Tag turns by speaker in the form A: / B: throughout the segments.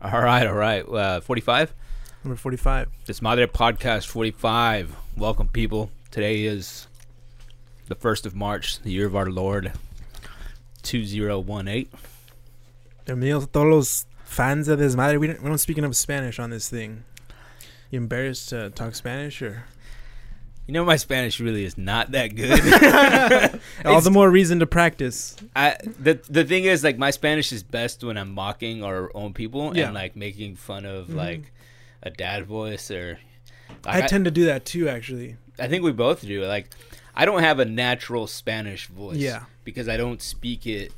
A: All right, all right. Uh, 45?
B: Number 45.
A: Desmadre Podcast 45. Welcome, people. Today is the 1st of March, the year of our Lord 2018.
B: Bienvenidos a todos los fans de Desmadre. We don't, we don't speak enough Spanish on this thing. You embarrassed to talk Spanish or?
A: You know, my Spanish really is not that good.
B: All the more reason to practice.
A: I, the, the thing is, like, my Spanish is best when I'm mocking our own people
B: Yeah. Mm-hmm.
A: and, like, making fun of, like, a dad voice or.
B: I,
A: like,
B: tend to do that too, actually.
A: I think we both do. Like, I don't have a natural Spanish voice.
B: Yeah.
A: Because I don't speak it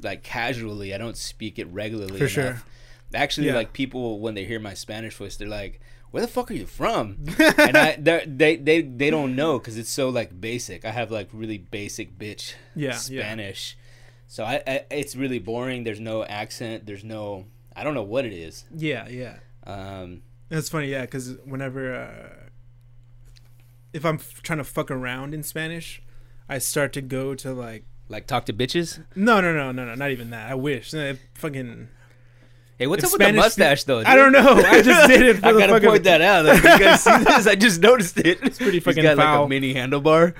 A: like casually. I don't speak it regularly.
B: For
A: enough.
B: sure.
A: Actually,
B: Yeah.
A: like people when they hear my Spanish voice, they're like, "Where the fuck are you from?" and I, they're- they, they, they don't know because it's so like basic. I have like really basic bitch
B: Yeah, yeah.
A: Spanish, so I, I it's really boring. There's no accent. There's no. I don't know what it is.
B: Yeah, yeah.
A: Um,
B: That's funny, yeah, because whenever uh, if I'm f- trying to fuck around in Spanish, I start to go to like
A: like talk to bitches.
B: no, no, no, no, no, not even that. I wish Uh, fucking.
A: Hey, what's
B: If
A: up with the
B: Spanish spe-
A: mustache though?
B: I
A: dude?
B: don't know. I just did it for
A: I
B: the
A: gotta
B: fucking.
A: point that out. Like, you guys see this? I just noticed it. It's
B: pretty fucking
A: He's got like
B: foul.
A: a mini handlebar.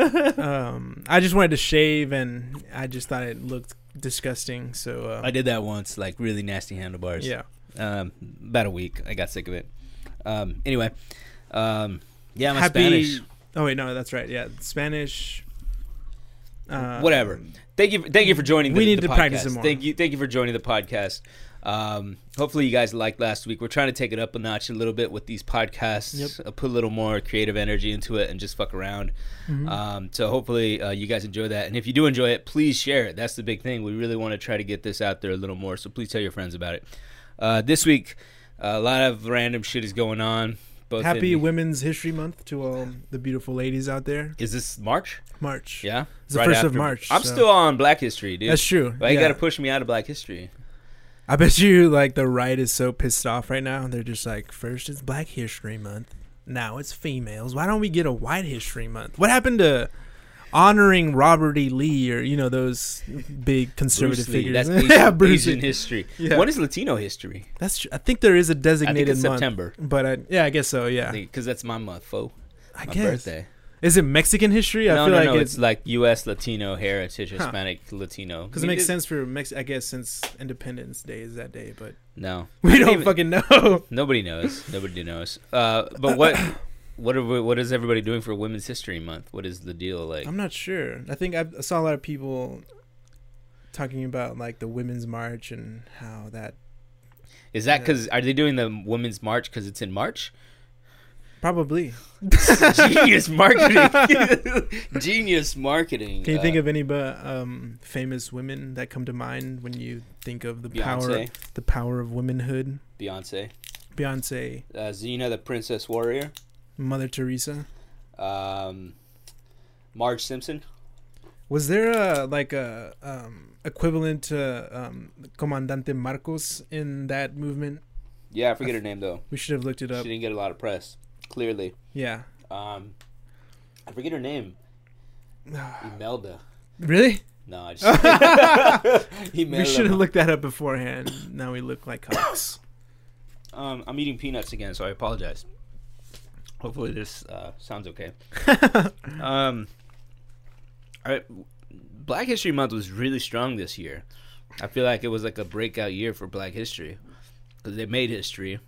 B: Um, I just wanted to shave, and I just thought it looked disgusting. So uh,
A: I did that once, like really nasty handlebars.
B: yeah,
A: Um, about a week. I got sick of it. Um, anyway, um, yeah, my
B: happy.
A: Spanish.
B: Oh wait, no, that's right. Yeah, Spanish. Uh,
A: Whatever. Thank you. Thank you for joining. The,
B: We need
A: the
B: to practice
A: podcast.
B: it more.
A: Thank you. Thank you for joining the podcast. Um, hopefully you guys liked last week. We're trying to take it up a notch a little bit with these podcasts.
B: Yep.
A: Uh, Put a little more creative energy into it and just fuck around.
B: Mhm.
A: Um, so hopefully uh, you guys enjoy that. And if you do enjoy it, please share it. That's the big thing. We really want to try to get this out there a little more. So please tell your friends about it. Uh, this week, a lot of random shit is going on. Both
B: happy
A: in-
B: Women's History Month to all the beautiful ladies out there.
A: is this March?
B: March.
A: Yeah,
B: It's the first of March,
A: I'm
B: so-
A: still on Black History, dude.
B: that's true.
A: Why you
B: yeah.
A: gotta push me out of Black History?
B: I bet you like the right is so pissed off right now. They're just like, first it's Black History Month, now it's females. Why don't we get a White History Month? What happened to honoring Robert E. Lee or you know those big conservative
A: Bruce Lee.
B: figures?
A: That's Asian, Asian
B: Lee.
A: history.
B: Yeah.
A: When is Latino history?
B: That's tr- I think there is a
A: I think
B: designated
A: it's
B: month, Ah.
A: September.
B: but I, yeah, I guess so. Yeah,
A: Because that's my month, fo.
B: I
A: My
B: guess.
A: birthday.
B: Is it Mexican history? I
A: no,
B: feel
A: no,
B: like
A: no. It's,
B: it's
A: like U.S. Latino heritage,
B: Huh.
A: Hispanic Latino.
B: because it makes sense for Mex. I guess since Independence Day is that day, but
A: No,
B: we don't
A: even-
B: fucking know.
A: Nobody knows. Nobody knows. Uh, but what what are we, what is everybody doing for Women's History Month? What is the deal like?
B: I'm not sure. I think I've, I saw a lot of people talking about like the Women's March and how that
A: Is that because are they doing the Women's March because it's in March?
B: probably.
A: Genius marketing. Genius marketing. uh,
B: Can you think of any but um, famous women that come to mind when you think of the power
A: Beyonce?
B: the power of womanhood?
A: Beyonce,
B: Beyonce,
A: uh, Zena the Princess Warrior,
B: Mother Teresa.
A: um, Marge Simpson.
B: Was there a like a um, equivalent to um, Comandante Marcos in that movement?
A: Yeah, I forget her name though.
B: We should have looked it
A: She
B: up.
A: didn't get a lot of press. Clearly,
B: Yeah.
A: um, I forget her name. Imelda.
B: Really?
A: No, I just
B: we should
A: Imelda.
B: have looked that up beforehand. Now we look like cocks.
A: Um, I'm eating peanuts again, so I apologize. Hopefully, this uh, sounds okay. um, all right, Black History Month was really strong this year. I feel like it was like a breakout year for Black History because they made history.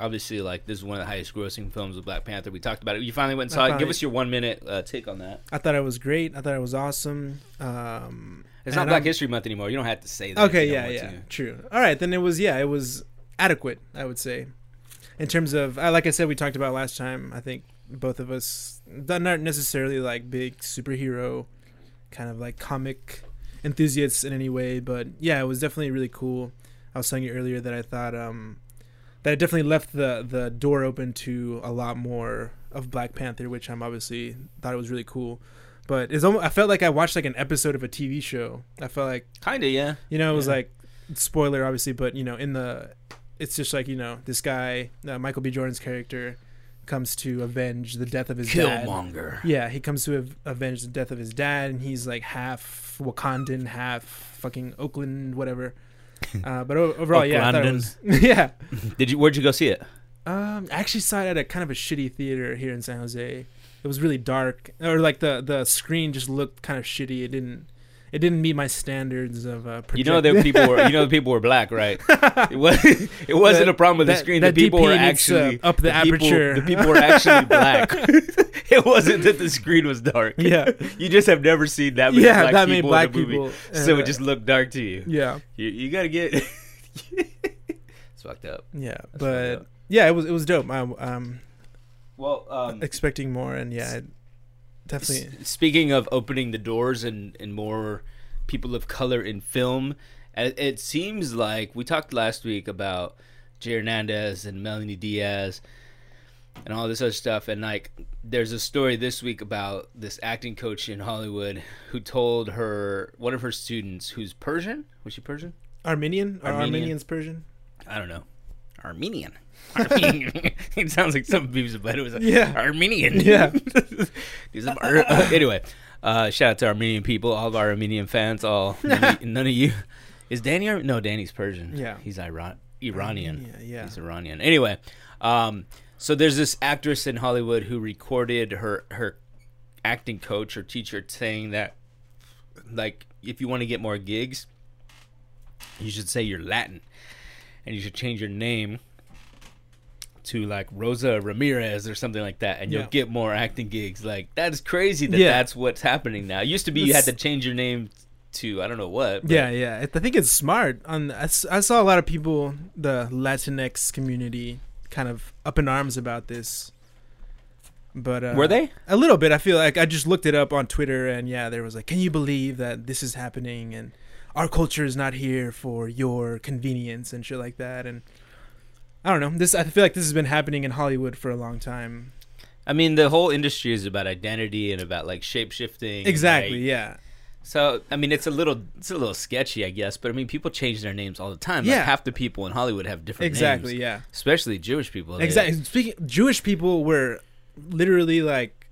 A: Obviously, like this is one of the highest grossing films of Black Panther. We talked about it. You finally went and
B: I
A: saw it.
B: finally-
A: Give us your one minute uh, take on that.
B: I thought it was great. I thought it was awesome. Um,
A: It's not
B: and
A: Black
B: I'm-
A: History Month anymore. You don't have to say that. if
B: Okay,
A: you
B: yeah,
A: don't
B: yeah,
A: want to.
B: true. All right, then it was yeah, it was adequate, I would say, in terms of I like I said we talked about last time. I think both of us that aren't necessarily like big superhero, kind of like comic enthusiasts in any way, but yeah, it was definitely really cool. I was telling you earlier that I thought um, that it definitely left the the door open to a lot more of Black Panther, which I'm obviously thought it was really cool. But it's almost, I felt like I watched like an episode of a TV show. I felt like
A: Kinda, yeah.
B: you know, it was
A: Yeah.
B: like spoiler, obviously, but you know, in the it's just like you know, this guy uh, Michael B. Jordan's character comes to avenge the death of his dad.
A: Killmonger.
B: Yeah, he comes to av- avenge the death of his dad, and he's like half Wakandan, half fucking Oakland, whatever. Uh, but o- overall, yeah, I thought it was, yeah.
A: Did you? Where'd you go see it?
B: Um, I actually saw it at a kind of a shitty theater here in San Jose. It was really dark, or like the the screen just looked kind of shitty. It didn't it didn't meet my standards of uh,
A: You know that people were. You know the people were black, right? It was. It wasn't a problem with the
B: that-
A: screen.
B: that
A: the people
B: DP
A: were
B: needs to
A: actually
B: up the
A: people-
B: aperture.
A: the people were actually black. it wasn't that the screen was dark.
B: yeah,
A: You just have never seen that many
B: yeah,
A: black
B: that
A: people
B: made black
A: in a movie,
B: people.
A: so
B: uh,
A: it just looked dark to you.
B: yeah,
A: You, you gotta get. it's fucked up.
B: yeah,
A: That's fucked
B: but
A: up.
B: yeah, it was it was dope. I, um,
A: well, um,
B: expecting more, and yeah, it definitely.
A: S- speaking of opening the doors and, and more people of color in film, it, it seems like we talked last week about Jay Hernandez and Melanie Diaz and all this other stuff. And like, there's a story this week about this acting coach in Hollywood who told her one of her students who's Persian. Was she Persian?
B: Armenian? Are
A: Armenian.
B: Armenians Persian?
A: I don't know. Armenian. Armenian. it sounds like some people, but it was like,
B: Yeah.
A: Armenian.
B: Yeah.
A: These are- uh, anyway, uh, shout out to Armenian people, all of our Armenian fans, all none of, none of you. Is Danny? Ar- no, Danny's Persian.
B: Yeah.
A: he's Iran- Iranian.
B: Yeah, yeah.
A: He's Iranian. Anyway, um, so there's this actress in Hollywood who recorded her her acting coach or teacher saying that like if you want to get more gigs, you should say you're Latin, and you should change your name to like Rosa Ramirez or something like that, and
B: Yeah.
A: you'll get more acting gigs. Like that's crazy that
B: Yeah.
A: that's what's happening now. It used to be you had
B: It's-
A: to change your name to I don't know what. but-
B: Yeah, yeah. It- I think it's smart. On I, s- I saw a lot of people, the Latinx community, kind of up in arms about this. But uh,
A: Were they?
B: a little bit? I feel like I just looked it up on Twitter, and yeah, there was like, "Can you believe that this is happening?" and our culture is not here for your convenience and shit like that. And I don't know. This I feel like this has been happening in Hollywood for a long time.
A: I mean, the whole industry is about identity and about like shape shifting.
B: Exactly. Yeah.
A: So I mean, it's a little it's a little sketchy, I guess. But I mean, people change their names all the time.
B: Yeah.
A: Like half the people in Hollywood have different
B: Exactly.
A: names.
B: Yeah.
A: Especially Jewish people. They-
B: Exactly. Speaking, Jewish people were literally like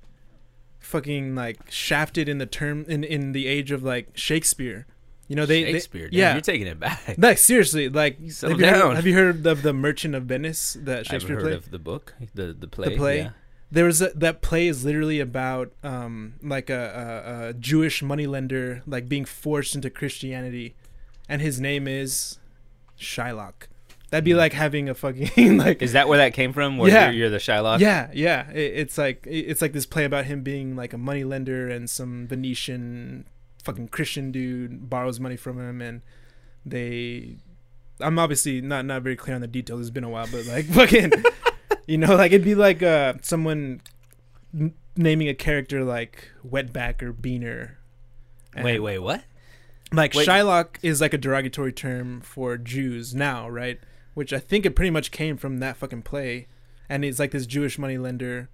B: fucking like shafted in the term in in the age of like Shakespeare. You know they
A: Shakespeare.
B: They,
A: yeah,
B: yeah.
A: you're taking it back.
B: Like seriously, like
A: Settle
B: have, you heard,
A: down.
B: have you heard of the Merchant of Venice that
A: I've
B: Shakespeare
A: heard
B: played?
A: of the book, the the play.
B: play?
A: yeah.
B: there was a, that play is literally about um like a, a, a Jewish moneylender like being forced into Christianity, and his name is Shylock. That'd
A: Hmm.
B: be like having a fucking like
A: Is that where that came from? Where
B: Yeah.
A: you're, you're the Shylock?
B: Yeah, yeah. It, it's like it- it's like this play about him being like a moneylender and some Venetian fucking Christian dude borrows money from him and they I'm obviously not not very clear on the details. It's been a while, but like fucking you know, like it'd be like uh someone n- naming a character like Wetback or Beaner. And,
A: Wait, wait, what?
B: Like
A: wait.
B: Shylock is like a derogatory term for Jews now, right? Which I think it pretty much came from that fucking play. And it's like this Jewish moneylender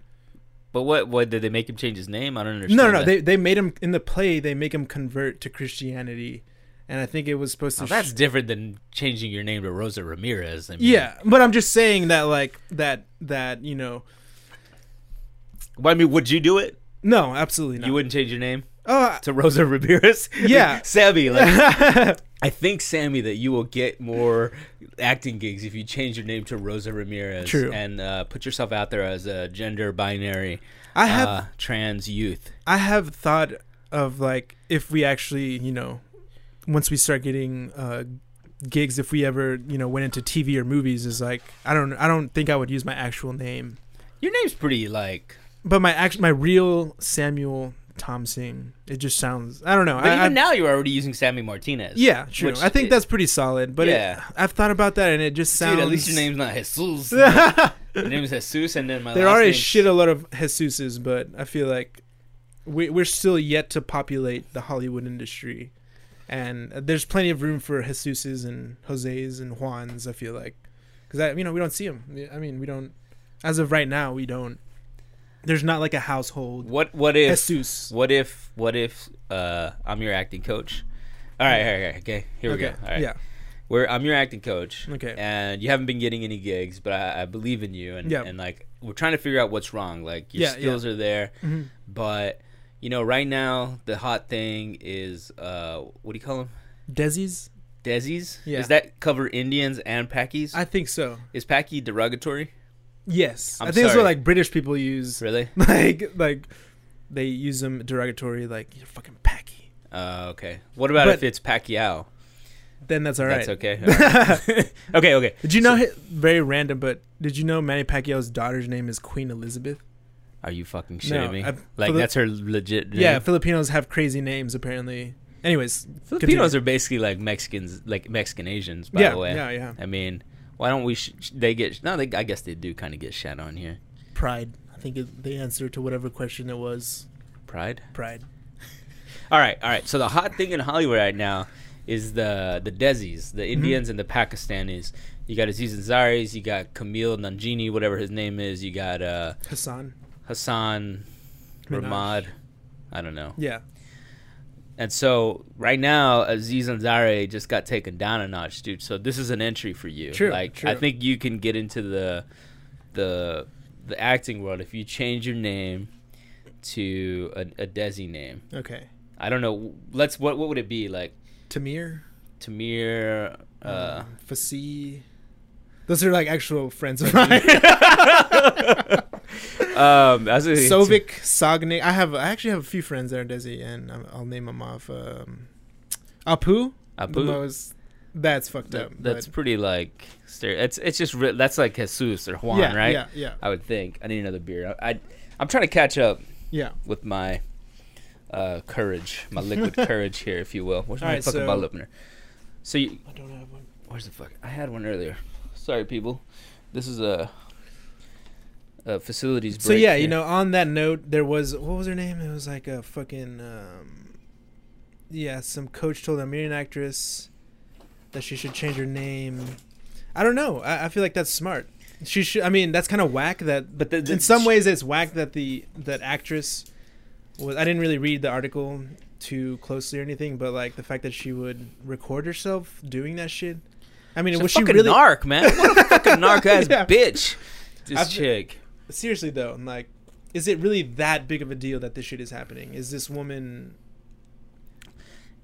A: But what? What did they make him change his name? I don't understand.
B: No, no, no.
A: that.
B: They they made him in the play. They make him convert to Christianity, and I think it was supposed to.
A: Now, Oh, that's
B: sh-
A: different than changing your name to Rosa Ramirez. I mean,
B: yeah, but I'm just saying that like that that you know
A: Well, I mean, would you do it?
B: no absolutely not.
A: You wouldn't change your name
B: oh
A: to Rosa Ramirez?
B: Yeah.
A: Sammy, like,
B: I-
A: I think, Sammy, that you will get more acting gigs if you change your name to Rosa Ramirez.
B: True.
A: And uh, put yourself out there as a gender binary,
B: I have
A: uh, trans youth.
B: I have thought of like if we actually you know once we start getting uh gigs if we ever you know went into TV or movies is like I don't I don't think I would use my actual name
A: Your name's pretty, like.
B: but my act my real Samuel Thompson it just sounds I don't know
A: But
B: I,
A: even
B: I-
A: now, you're already using Sammy Martinez.
B: Yeah, true.
A: which
B: I think
A: it-
B: that's pretty solid. But it-
A: Yeah.
B: I've thought about that, and it just sounds.
A: Dude, at least your name's not Jesus. Your name's Jesus, and then my
B: there
A: last
B: are a
A: name's-
B: shit a lot of Jesuses, but I feel like we, we're still yet to populate the Hollywood industry, and there's plenty of room for Jesuses and Jose's and Juans. I feel like because you know we don't see them. I mean, we don't. As of right now, we don't. There's not like a household
A: What? What if?
B: Jesus.
A: What if? What if? Uh, I'm your acting coach. All right, all right, all right, okay. Here we
B: okay.
A: go. All right,
B: Yeah.
A: We're, I'm your acting coach.
B: Okay.
A: And you haven't been getting any gigs, but I, I believe in you, and
B: Yeah.
A: and like we're trying to figure out what's wrong. Like your
B: Yeah, yeah.
A: skills are there,
B: Mhm.
A: but you know, right now the hot thing is uh, what do you call them?
B: Desi's.
A: Desis?
B: Yeah.
A: Does that cover Indians and Pakis?
B: I think so.
A: Is Paki derogatory?
B: Yes, i
A: I'm
B: think that's what
A: sorry.
B: like British people use.
A: Really?
B: Like like they use them derogatory, like you're fucking packy.
A: Uh, okay. What about
B: But-
A: if it's Pacquiao?
B: Then that's all right.
A: That's okay. Alright. okay, okay.
B: Did you know? very random, but did you know Manny Pacquiao's daughter's name is Queen Elizabeth?
A: Are you fucking shitting me?
B: I- for
A: like
B: the-
A: that's her legit. Name.
B: Yeah. Filipinos have crazy names apparently. Anyways,
A: Filipinos are basically like Mexicans, like Mexican Asians. By
B: yeah,
A: the way,
B: yeah, yeah.
A: I mean, why don't we? Sh- sh- they get no. They, I guess they do kind of get shat on here.
B: Pride. I think it, the answer to whatever question it was,
A: Pride.
B: pride.
A: All right, all right. So the hot thing in Hollywood right now is the the Desis, the Indians and the Pakistanis. You got Aziz Ansari's, you got Camille Nanjini, whatever his name is. You got uh,
B: Hassan.
A: Hassan
B: Minaj.
A: Ramad. I don't know.
B: Yeah.
A: And so right now, Aziz Ansari just got taken down a notch, dude. So this is an entry for you.
B: True,
A: like
B: true.
A: I think you can get into the the the acting world if you change your name to a, a Desi name.
B: Okay.
A: I don't know. Let's what what would it be like?
B: Tamir.
A: Tamir. Uh,
B: um, Fasi. Those are like actual friends of mine.
A: um, I was gonna say-
B: Sovic, Sagne. I have. I actually have a few friends that are Desi, and I'm, I'll name them off. Um, Apu.
A: Apu.
B: The most, that's fucked
A: That-
B: up.
A: that's
B: but-
A: pretty like. stere- It's it's just re- that's like Jesus or Juan,
B: yeah,
A: right?
B: Yeah, yeah,
A: I would think. I need another beer. I, I I'm trying to catch up
B: yeah.
A: with my uh, courage, my liquid courage here, if you will. Where's my
B: Alright,
A: fucking
B: so-
A: bottle opener? So you,
B: I don't have one.
A: where's the fuck? I had one earlier. Sorry, people. This is a, a facilities. Break
B: So yeah, you
A: here.
B: know, on that note, there was what was her name? It was like a fucking um, yeah. Some coach told a Armenian actress that she should change her name. I don't know. I, I feel like that's smart. She should. I mean, that's kind of whack. That,
A: But the- the-
B: in some ways, it's whack that the that actress was. I didn't really read the article too closely or anything, but like the fact that she would record herself doing that shit. I mean,
A: She's
B: was
A: a
B: she
A: fucking
B: really
A: narc, man? What a fucking narc ass
B: Yeah.
A: bitch. This
B: I've-
A: chick.
B: seriously though, I'm like, is it really that big of a deal that this shit is happening? Is this woman?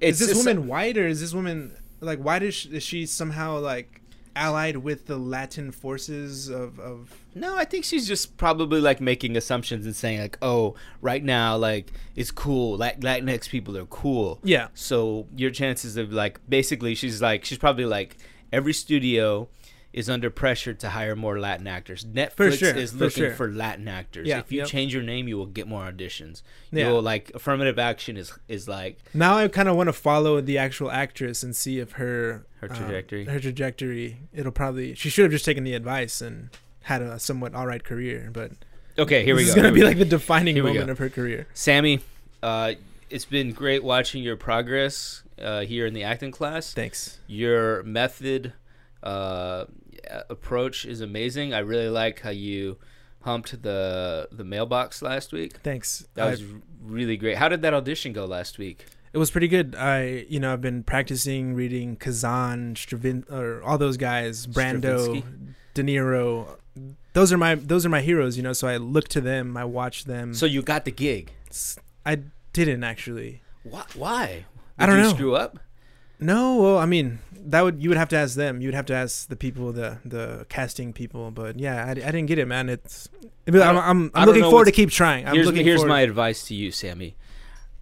A: It's
B: is this
A: just-
B: woman white or is this woman like? Why does she, is she somehow like allied with the Latin forces of of?
A: No, I think she's just probably like making assumptions and saying like, "Oh, right now, like it's cool. Lat- Latinx people are cool."
B: Yeah.
A: So your chances of like basically she's like she's probably like every studio is under pressure to hire more Latin actors. Netflix
B: sure,
A: is
B: for
A: looking for,
B: sure.
A: Latin actors.
B: Yeah,
A: if you
B: yep.
A: change your name, you will get more auditions.
B: Yeah.
A: You'll like affirmative action is is like
B: Now I kind of want to follow the actual actress and see if her
A: Her
B: um,
A: trajectory.
B: her trajectory. It'll probably she should have just taken the advice and had a somewhat all right career, but
A: okay. Here
B: this
A: we
B: is
A: go.
B: gonna
A: here we
B: be
A: go.
B: like the defining
A: Here we
B: moment
A: go.
B: of her career.
A: Sammy, uh, it's been great watching your progress uh, here in the acting class.
B: Thanks.
A: your method uh, approach is amazing. I really like how you humped the the mailbox last week.
B: Thanks.
A: That
B: I-
A: was really great. How did that audition go last week?
B: It was pretty good. I, you know, I've been practicing reading Kazan, Stravin, or all those guys, Brando,
A: Stravinsky?
B: De Niro. Those are my those are my heroes, you know. So I look to them, I watch them.
A: So you got the gig.
B: S- I didn't actually.
A: Wh- Why? Did
B: I don't
A: you
B: know.
A: Screw up.
B: No, well, I mean, that would you would have to ask them. You would have to ask the people, the the casting people. But yeah, I, I didn't get it, man. It's but
A: I
B: I'm
A: don't-
B: I'm,
A: I
B: I'm
A: don't
B: looking
A: know
B: forward to
A: what's-
B: keep trying. I'm
A: here's
B: looking
A: here's
B: forward.
A: my advice to you, Sammy.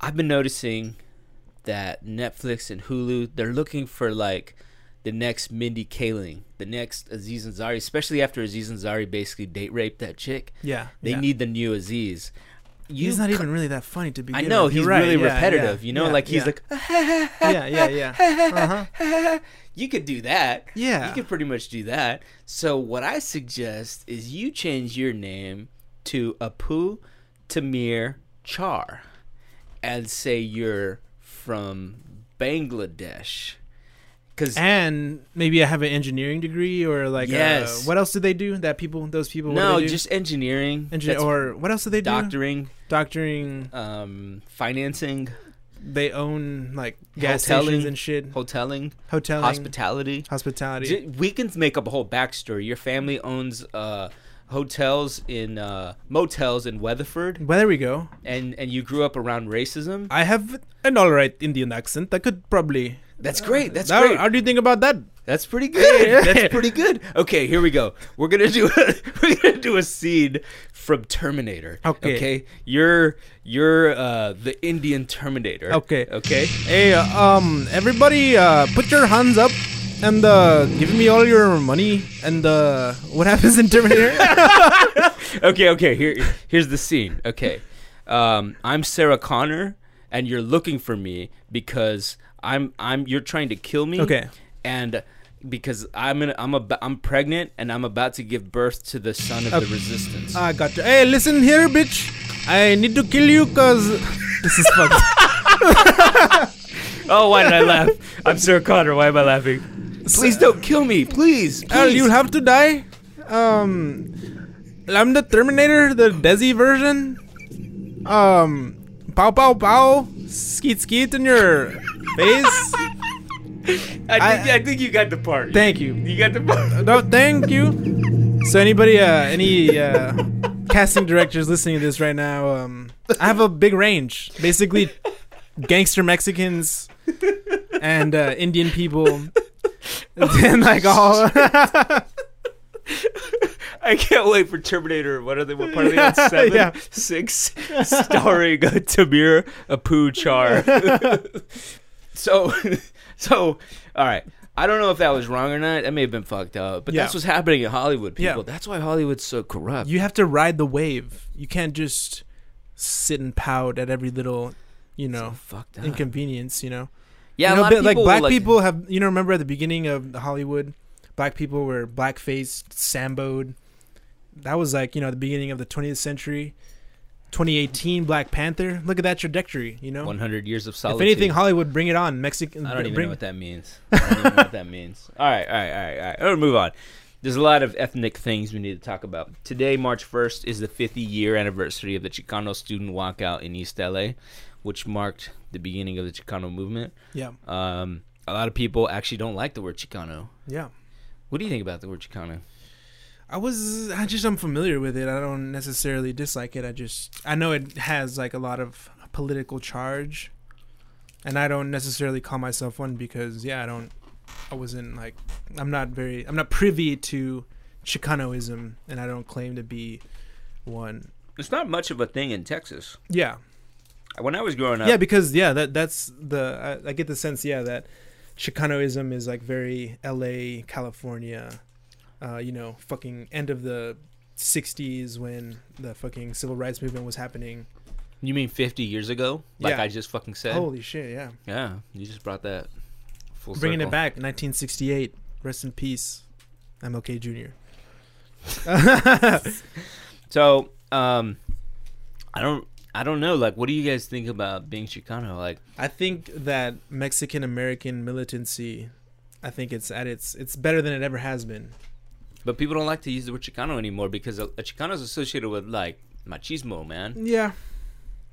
A: I've been noticing that Netflix and Hulu they're looking for like the next Mindy Kaling, the next Aziz Ansari, especially after Aziz Ansari basically date raped that chick.
B: yeah.
A: They
B: yeah.
A: need the new Aziz. You
B: He's not
A: c-
B: even really that funny to begin.
A: I know
B: with.
A: he's
B: You're right,
A: really
B: yeah, yeah,
A: repetitive. you know,
B: yeah,
A: like he's
B: yeah.
A: like,
B: yeah, yeah, yeah. Uh-huh.
A: you could do that.
B: Yeah.
A: you could pretty much do that. So what I suggest is you change your name to Apu Tamir Char, and say you're from Bangladesh. Because
B: and maybe I have an engineering degree or like
A: Yes.
B: uh, what else did they do that people those people what do
A: no,
B: they do?
A: just engineering,
B: Engi-
A: that's
B: or what else do they do
A: doctoring,
B: doctoring
A: um, financing,
B: they own like gas
A: Hoteling.
B: stations and shit
A: hoteling,
B: hoteling
A: hospitality.
B: hospitality
A: J- we can make up a whole backstory. Your family owns uh, hotels in uh, motels in Weatherford,
B: well there we go
A: and and you grew up around racism.
B: I have an all right Indian accent I could probably
A: That's great. That's
B: Now,
A: great.
B: How do you think about that?
A: That's pretty good. That's pretty good. Okay, here we go. We're gonna do we're gonna do a scene from Terminator.
B: Okay.
A: Okay. You're you're uh the Indian Terminator.
B: Okay.
A: Okay.
B: Hey, uh, um, everybody, uh, put your hands up and uh, give me all your money. And uh, what happens in Terminator?
A: Okay. Okay. Here here's the scene. Okay. Um, I'm Sarah Connor, and you're looking for me because I'm I'm you're trying to kill me.
B: Okay.
A: And because I'm in, I'm about, I'm pregnant and I'm about to give birth to the son of the resistance.
B: I got you. Hey, listen here, bitch. I need to kill you because this is fucked.
A: Oh, why did I laugh? I'm Sir Connor. Why am I laughing? Please don't kill me, please.
B: Al,
A: please.
B: you'll have to die. Um, I'm the Terminator, the Desi version. Um, pow pow pow, skeet skeet in your face.
A: I think, I, think you got the part.
B: Thank you.
A: you got the part.
B: No, thank you. So anybody, uh, any uh, casting directors listening to this right now, um, I have a big range. Basically, gangster Mexicans and uh, Indian people, and like all.
A: I can't wait for Terminator. What are they? What part are they on? Seven,
B: Yeah.
A: six, starring uh, Tamir Apu Char. so, so, all right. I don't know if that was wrong or not. That may have been fucked up, but
B: Yeah.
A: that's what's happening in Hollywood,
B: Yeah.
A: people. That's why Hollywood's so corrupt.
B: you have to ride the wave. You can't just sit and pout at every little, you know,
A: fucked up.
B: inconvenience. You know,
A: yeah,
B: You know,
A: a lot
B: but,
A: of
B: like
A: people
B: black people have. You know, remember at the beginning of Hollywood, black people were blackface, samboed. That was like you know the beginning of the 20th century, 2018 Black Panther. Look at that trajectory. You know,
A: One hundred years of
B: if
A: solitude.
B: anything, Hollywood, bring it on, Mexican.
A: I don't even
B: bring,
A: know what that means. I don't even know what that means. All right, all right, all right, all right. We'll move on. There's a lot of ethnic things we need to talk about. Today, March 1st, is the 50 year anniversary of the Chicano student walkout in East LA, which marked the beginning of the Chicano movement.
B: Yeah,
A: Um, a lot of people actually don't like the word Chicano.
B: yeah.
A: What do you think about the word Chicano?
B: I was I just I'm familiar with it. I don't necessarily dislike it. I just I know it has like a lot of political charge, and I don't necessarily call myself one because yeah I don't I wasn't like I'm not very I'm not privy to Chicanoism, and I don't claim to be one.
A: It's not much of a thing in Texas.
B: Yeah,
A: When I was growing up,
B: yeah, because yeah that that's the I, I get the sense yeah that Chicanoism is like very L.A. California, uh, you know, fucking end of the '60s when the fucking civil rights movement was happening.
A: you mean 50 years ago? Like
B: Yeah.
A: I just fucking said?
B: Holy shit, yeah,
A: Yeah, you just brought that full
B: bringing
A: circle.
B: it back, 1968. Rest in peace, MLK Jr.
A: So, um, I don't, I don't know. Like, what do you guys think about being Chicano? Like,
B: I think that Mexican American militancy, I think it's at its it's better than it ever has been.
A: but people don't like to use the word Chicano anymore because a, a Chicano is associated with like machismo, man.
B: Yeah,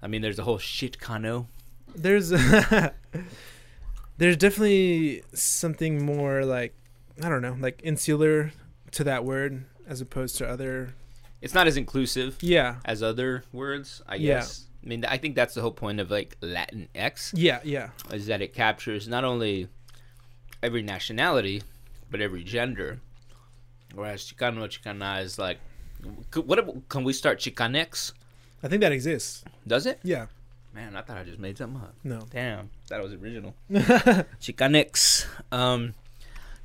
A: I mean, there's the whole shit cano.
B: there's there's definitely something more like I don't know, like insular to that word as opposed to other.
A: It's not as inclusive
B: Yeah,
A: as other words, I
B: Yeah.
A: guess. I mean, I think that's the whole point of like Latin X
B: yeah, yeah,
A: is that it captures not only every nationality but every gender. Whereas Chicano, Chicana is like, c- what if- can we start Chicanex?
B: I think that exists.
A: Does it?
B: Yeah,
A: Man, I thought I just made something up.
B: no,
A: Damn, that was original. Chicanx. Um,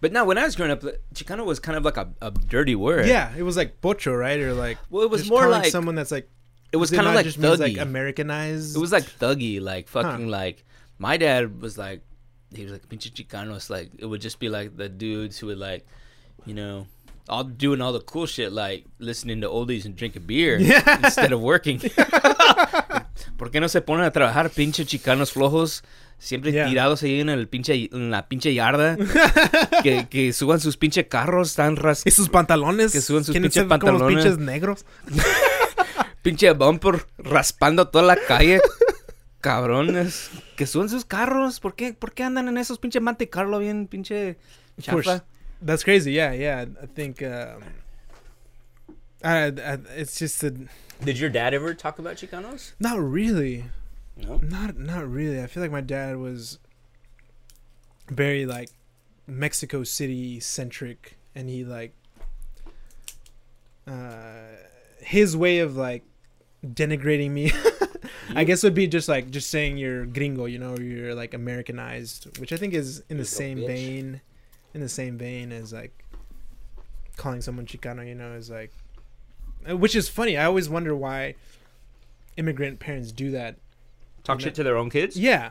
A: but no, when I was growing up, Chicano was kind of like a, a dirty word.
B: yeah, it was like pocho, right? Or like
A: Well, it was
B: just
A: more
B: calling
A: like
B: someone that's like
A: it was
B: is
A: kind of
B: not
A: like
B: just means
A: thuggy.
B: like Americanized.
A: it was like thuggy, like fucking like. My dad was like, he was like pinche Chicanos. Like it would just be like the dudes who would like, you know, all doing all the cool shit, like listening to oldies and drinking beer
B: Yeah.
A: instead of working. ¿Por qué no se ponen a trabajar pinche Chicanos flojos? Siempre
B: Yeah.
A: tirados ahí en, el pinche, en la pinche yarda. que, que suban sus pinche carros tan ras...
B: Y sus pantalones.
A: Que suben sus
B: quieren
A: pinches
B: ser como los
A: pantalones.
B: pinches negros.
A: Pinche bumper raspando toda la calle. Cabrones. Que suban sus carros. ¿Por qué, ¿Por qué andan en esos pinche Monte Carlo bien pinche
B: course.
A: chafa?
B: That's crazy. Yeah, yeah. I think um, I, I, it's just a,
A: Did your dad ever talk about Chicanos?
B: not really.
A: No.
B: Not not really. I feel like my dad was very like Mexico City centric, and he like uh, his way of like denigrating me. I guess would be just like just saying you're gringo, you know, you're like Americanized, which I think is
A: You're
B: in
A: a
B: the same
A: bitch.
B: vein, in the same vein as like calling someone Chicano, you know, is like, uh, which is funny. I always wonder why immigrant parents do that.
A: Talk shit to their own kids.
B: Yeah,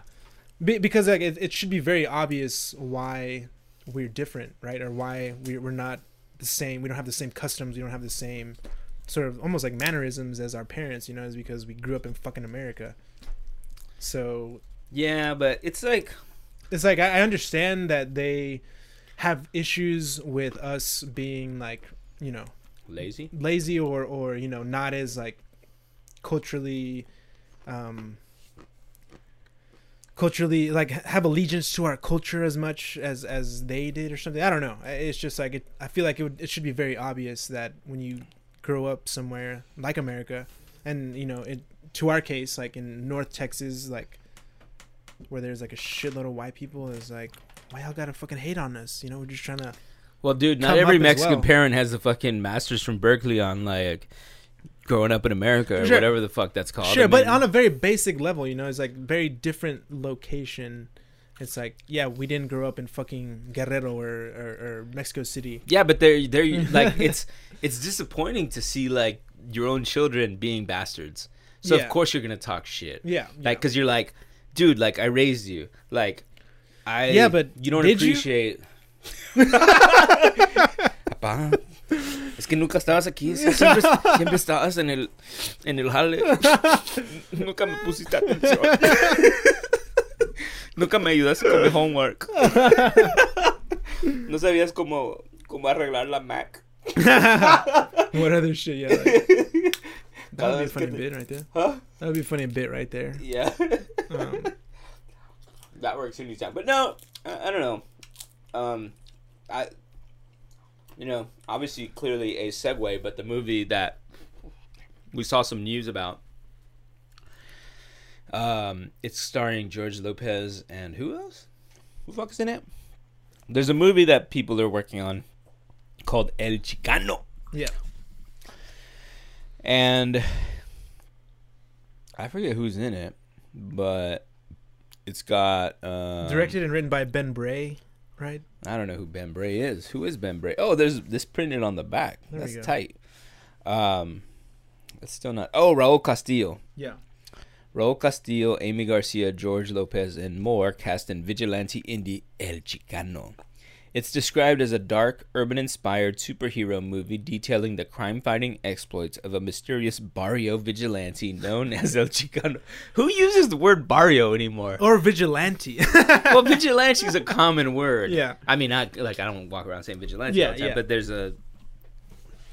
B: be, because like it, it should be very obvious why we're different, right, or why we, we're not the same. We don't have the same customs. We don't have the same sort of almost like mannerisms as our parents. You know, is because we grew up in fucking America. So
A: Yeah, but it's like
B: it's like I I understand that they have issues with us being like you know
A: lazy.
B: lazy or or you know not as like culturally um culturally like ha- have allegiance to our culture as much as as they did or something i don't know I- it's just like it, i feel like it, would, it should be very obvious that when you grow up somewhere like america and you know it to our case like in north texas like where there's like a shitload of white people is like why y'all gotta fucking hate on us you know we're just trying to
A: Well, dude, not
B: Come
A: every
B: up as
A: Mexican
B: well.
A: parent has a fucking master's from Berkeley on like growing up in America or
B: Sure.
A: whatever the fuck that's called.
B: Sure,
A: I
B: but
A: mean,
B: on a very basic level, you know, it's like very different location. It's like, yeah, we didn't grow up in fucking Guerrero or, or, or Mexico City.
A: yeah, but they're they're like it's it's disappointing to see like your own children being bastards. So
B: Yeah.
A: of course you're gonna talk shit.
B: Yeah,
A: Like, cause you're like, dude, like I raised you, like I.
B: Yeah, but
A: you don't
B: did you?
A: appreciate. Papá, es que nunca estabas aquí. Sie- Siempre, siempre estabas en el, en el jale. Nunca me pusiste atención. nunca me ayudaste con mi homework. no sabías cómo, cómo arreglar la Mac.
B: what other shit? Yeah, like, that would be a
A: That's
B: funny
A: good.
B: bit right there.
A: Huh?
B: That would be a funny bit right there.
A: Yeah.
B: Um,
A: that works any time. But no, I, I don't know. Um, I, you know, obviously, clearly a segue, but the movie that we saw some news about. Um, it's starring George Lopez and who else? Who the fuck is in it? There's a movie that people are working on called El Chicano,
B: yeah,
A: and I forget who's in it, but it's got um,
B: directed and written by Ben Bray, right?
A: I don't know who Ben Bray is. Who is Ben Bray? Oh, there's this printed on the back.
B: There we
A: That's
B: go.
A: tight. Um, it's still not. Oh, Raul Castillo.
B: Yeah.
A: Raul Castillo, Amy Garcia, George Lopez, and more cast in vigilante indie El Chicano. It's described as a dark, urban inspired superhero movie detailing the crime fighting exploits of a mysterious barrio vigilante known as El Chicano. Who uses the word barrio anymore?
B: Or vigilante.
A: well, vigilante is a common word.
B: Yeah.
A: I mean, I like I don't walk around saying vigilante
B: Yeah,
A: all the time,
B: yeah.
A: but there's a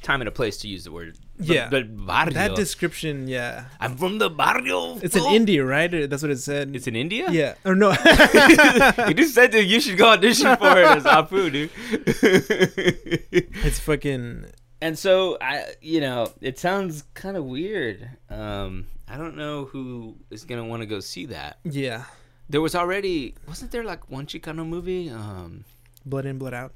A: time and a place to use the word. But-
B: Yeah.
A: But barrio.
B: that description, yeah,
A: I'm from the barrio.
B: it's an
A: fool.
B: indie, right? That's what it said.
A: It's in India.
B: yeah, or no?
A: you just said that you should go audition for it as Apu, dude.
B: it's fucking
A: and so I, you know, it sounds kind of weird. Um, I don't know who is gonna want to go see that.
B: yeah,
A: There was already wasn't there like one Chicano movie? Um,
B: blood in, blood out.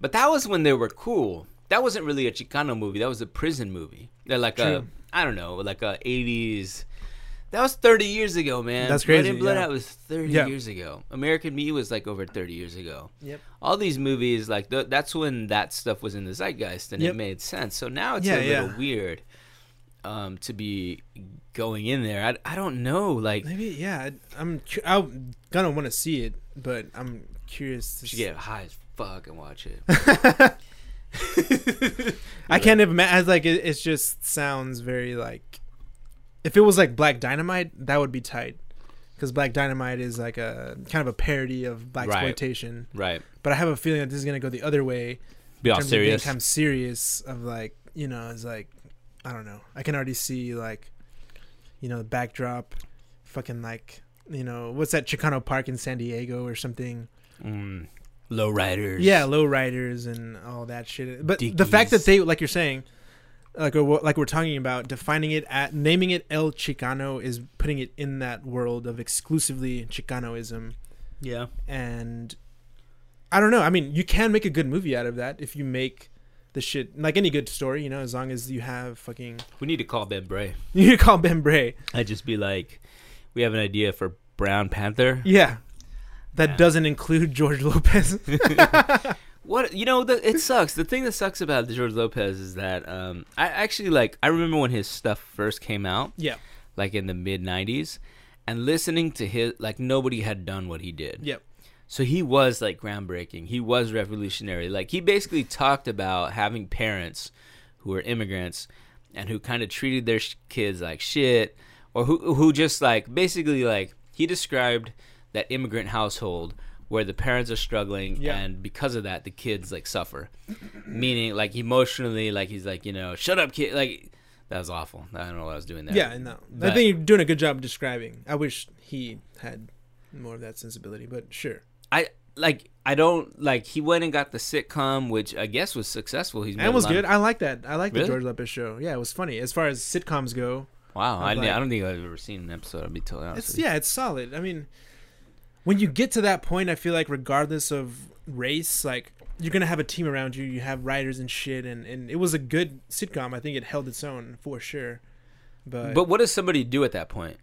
A: But that was when they were cool. That wasn't really a Chicano movie. That was a prison movie. They're like a
B: True.
A: I don't know, like a '80s. That was 30 years ago, man.
B: That's
A: Blood
B: crazy,
A: and Blood
B: yeah.
A: Out was 30
B: Yeah.
A: years ago. American Me was like over 30 years ago.
B: Yep.
A: All these movies, like th- that's when that stuff was in the zeitgeist, and
B: Yep.
A: it made sense. So now it's
B: Yeah,
A: a little
B: yeah.
A: weird um, to be going in there. I, I don't know, like
B: Maybe yeah. I'd- I'm cu- I'm gonna want to see it, but I'm curious. To
A: you
B: s-
A: should get high as fuck and watch it.
B: I can't imagine. As like it, it just sounds very like. If it was like Black Dynamite, that would be tight, because Black Dynamite is like a kind of a parody of black
A: Right.
B: exploitation.
A: right?
B: But I have a feeling that this is gonna go the other way.
A: Be
B: in
A: all
B: terms of being
A: serious.
B: kind of serious of like you know it's like I don't know. I can already see like, you know, the backdrop, fucking like you know what's that Chicano Park in San Diego or something.
A: Mm, low riders.
B: Yeah, low riders and all that shit. But the
A: Dickies.
B: fact that they, like you're saying, like we're, like we're talking about, defining it at naming it El Chicano is putting it in that world of exclusively Chicanoism,
A: Yeah.
B: and I don't know. I mean, you can make a good movie out of that if you make the shit like any good story, you know, as long as you have fucking
A: We need to call Ben Bray.
B: you need to call Ben Bray.
A: I'd just be like, we have an idea for Brown Panther.
B: Yeah. That
A: Yeah.
B: doesn't include George Lopez.
A: What you know, the, it sucks. The thing that sucks about George Lopez is that um, I actually like. I remember when his stuff first came out,
B: yeah.
A: like in the mid '90s, and listening to his like nobody had done what he did.
B: Yep.
A: So he was like groundbreaking. He was revolutionary. Like he basically talked about having parents who were immigrants and who kind of treated their sh- kids like shit or who who just like basically like he described that immigrant household where the parents are struggling
B: Yeah.
A: and because of that the kids like suffer. Meaning like emotionally like he's like, you know, shut up kid like that was awful. I don't know what I was doing there.
B: Yeah, no. I
A: That-
B: think you're doing a good job describing. I wish he had more of that sensibility, but sure.
A: I like I don't like he went and got the sitcom, which I guess was successful. He's made
B: That
A: a
B: was
A: lot of-
B: good. I like that. I like the
A: Really?
B: George Lopez show. Yeah, it was funny. As far as sitcoms go,
A: Wow, I,
B: I'm
A: didn't-
B: like-
A: I don't think I've ever seen an episode. I'll be totally honest.
B: It's
A: with you.
B: yeah, it's solid. I mean, when you get to that point, I feel like regardless of race, like you're gonna have a team around you. You have writers and shit, and and it was a good sitcom. I think it held its own for sure. But,
A: But what does somebody do at that point?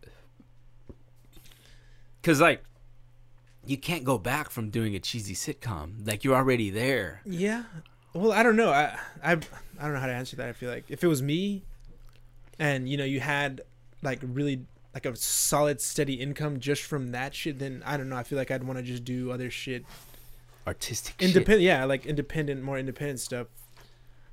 A: Because like, you can't go back from doing a cheesy sitcom. Like you're already there.
B: yeah, well, I don't know. I I I don't know how to answer that. I feel like if it was me, and you know, you had like really like a solid steady income just from that shit, then I don't know. I feel like I'd want to just do other shit,
A: Artistic. shit.
B: independent. Yeah, like independent, more independent stuff.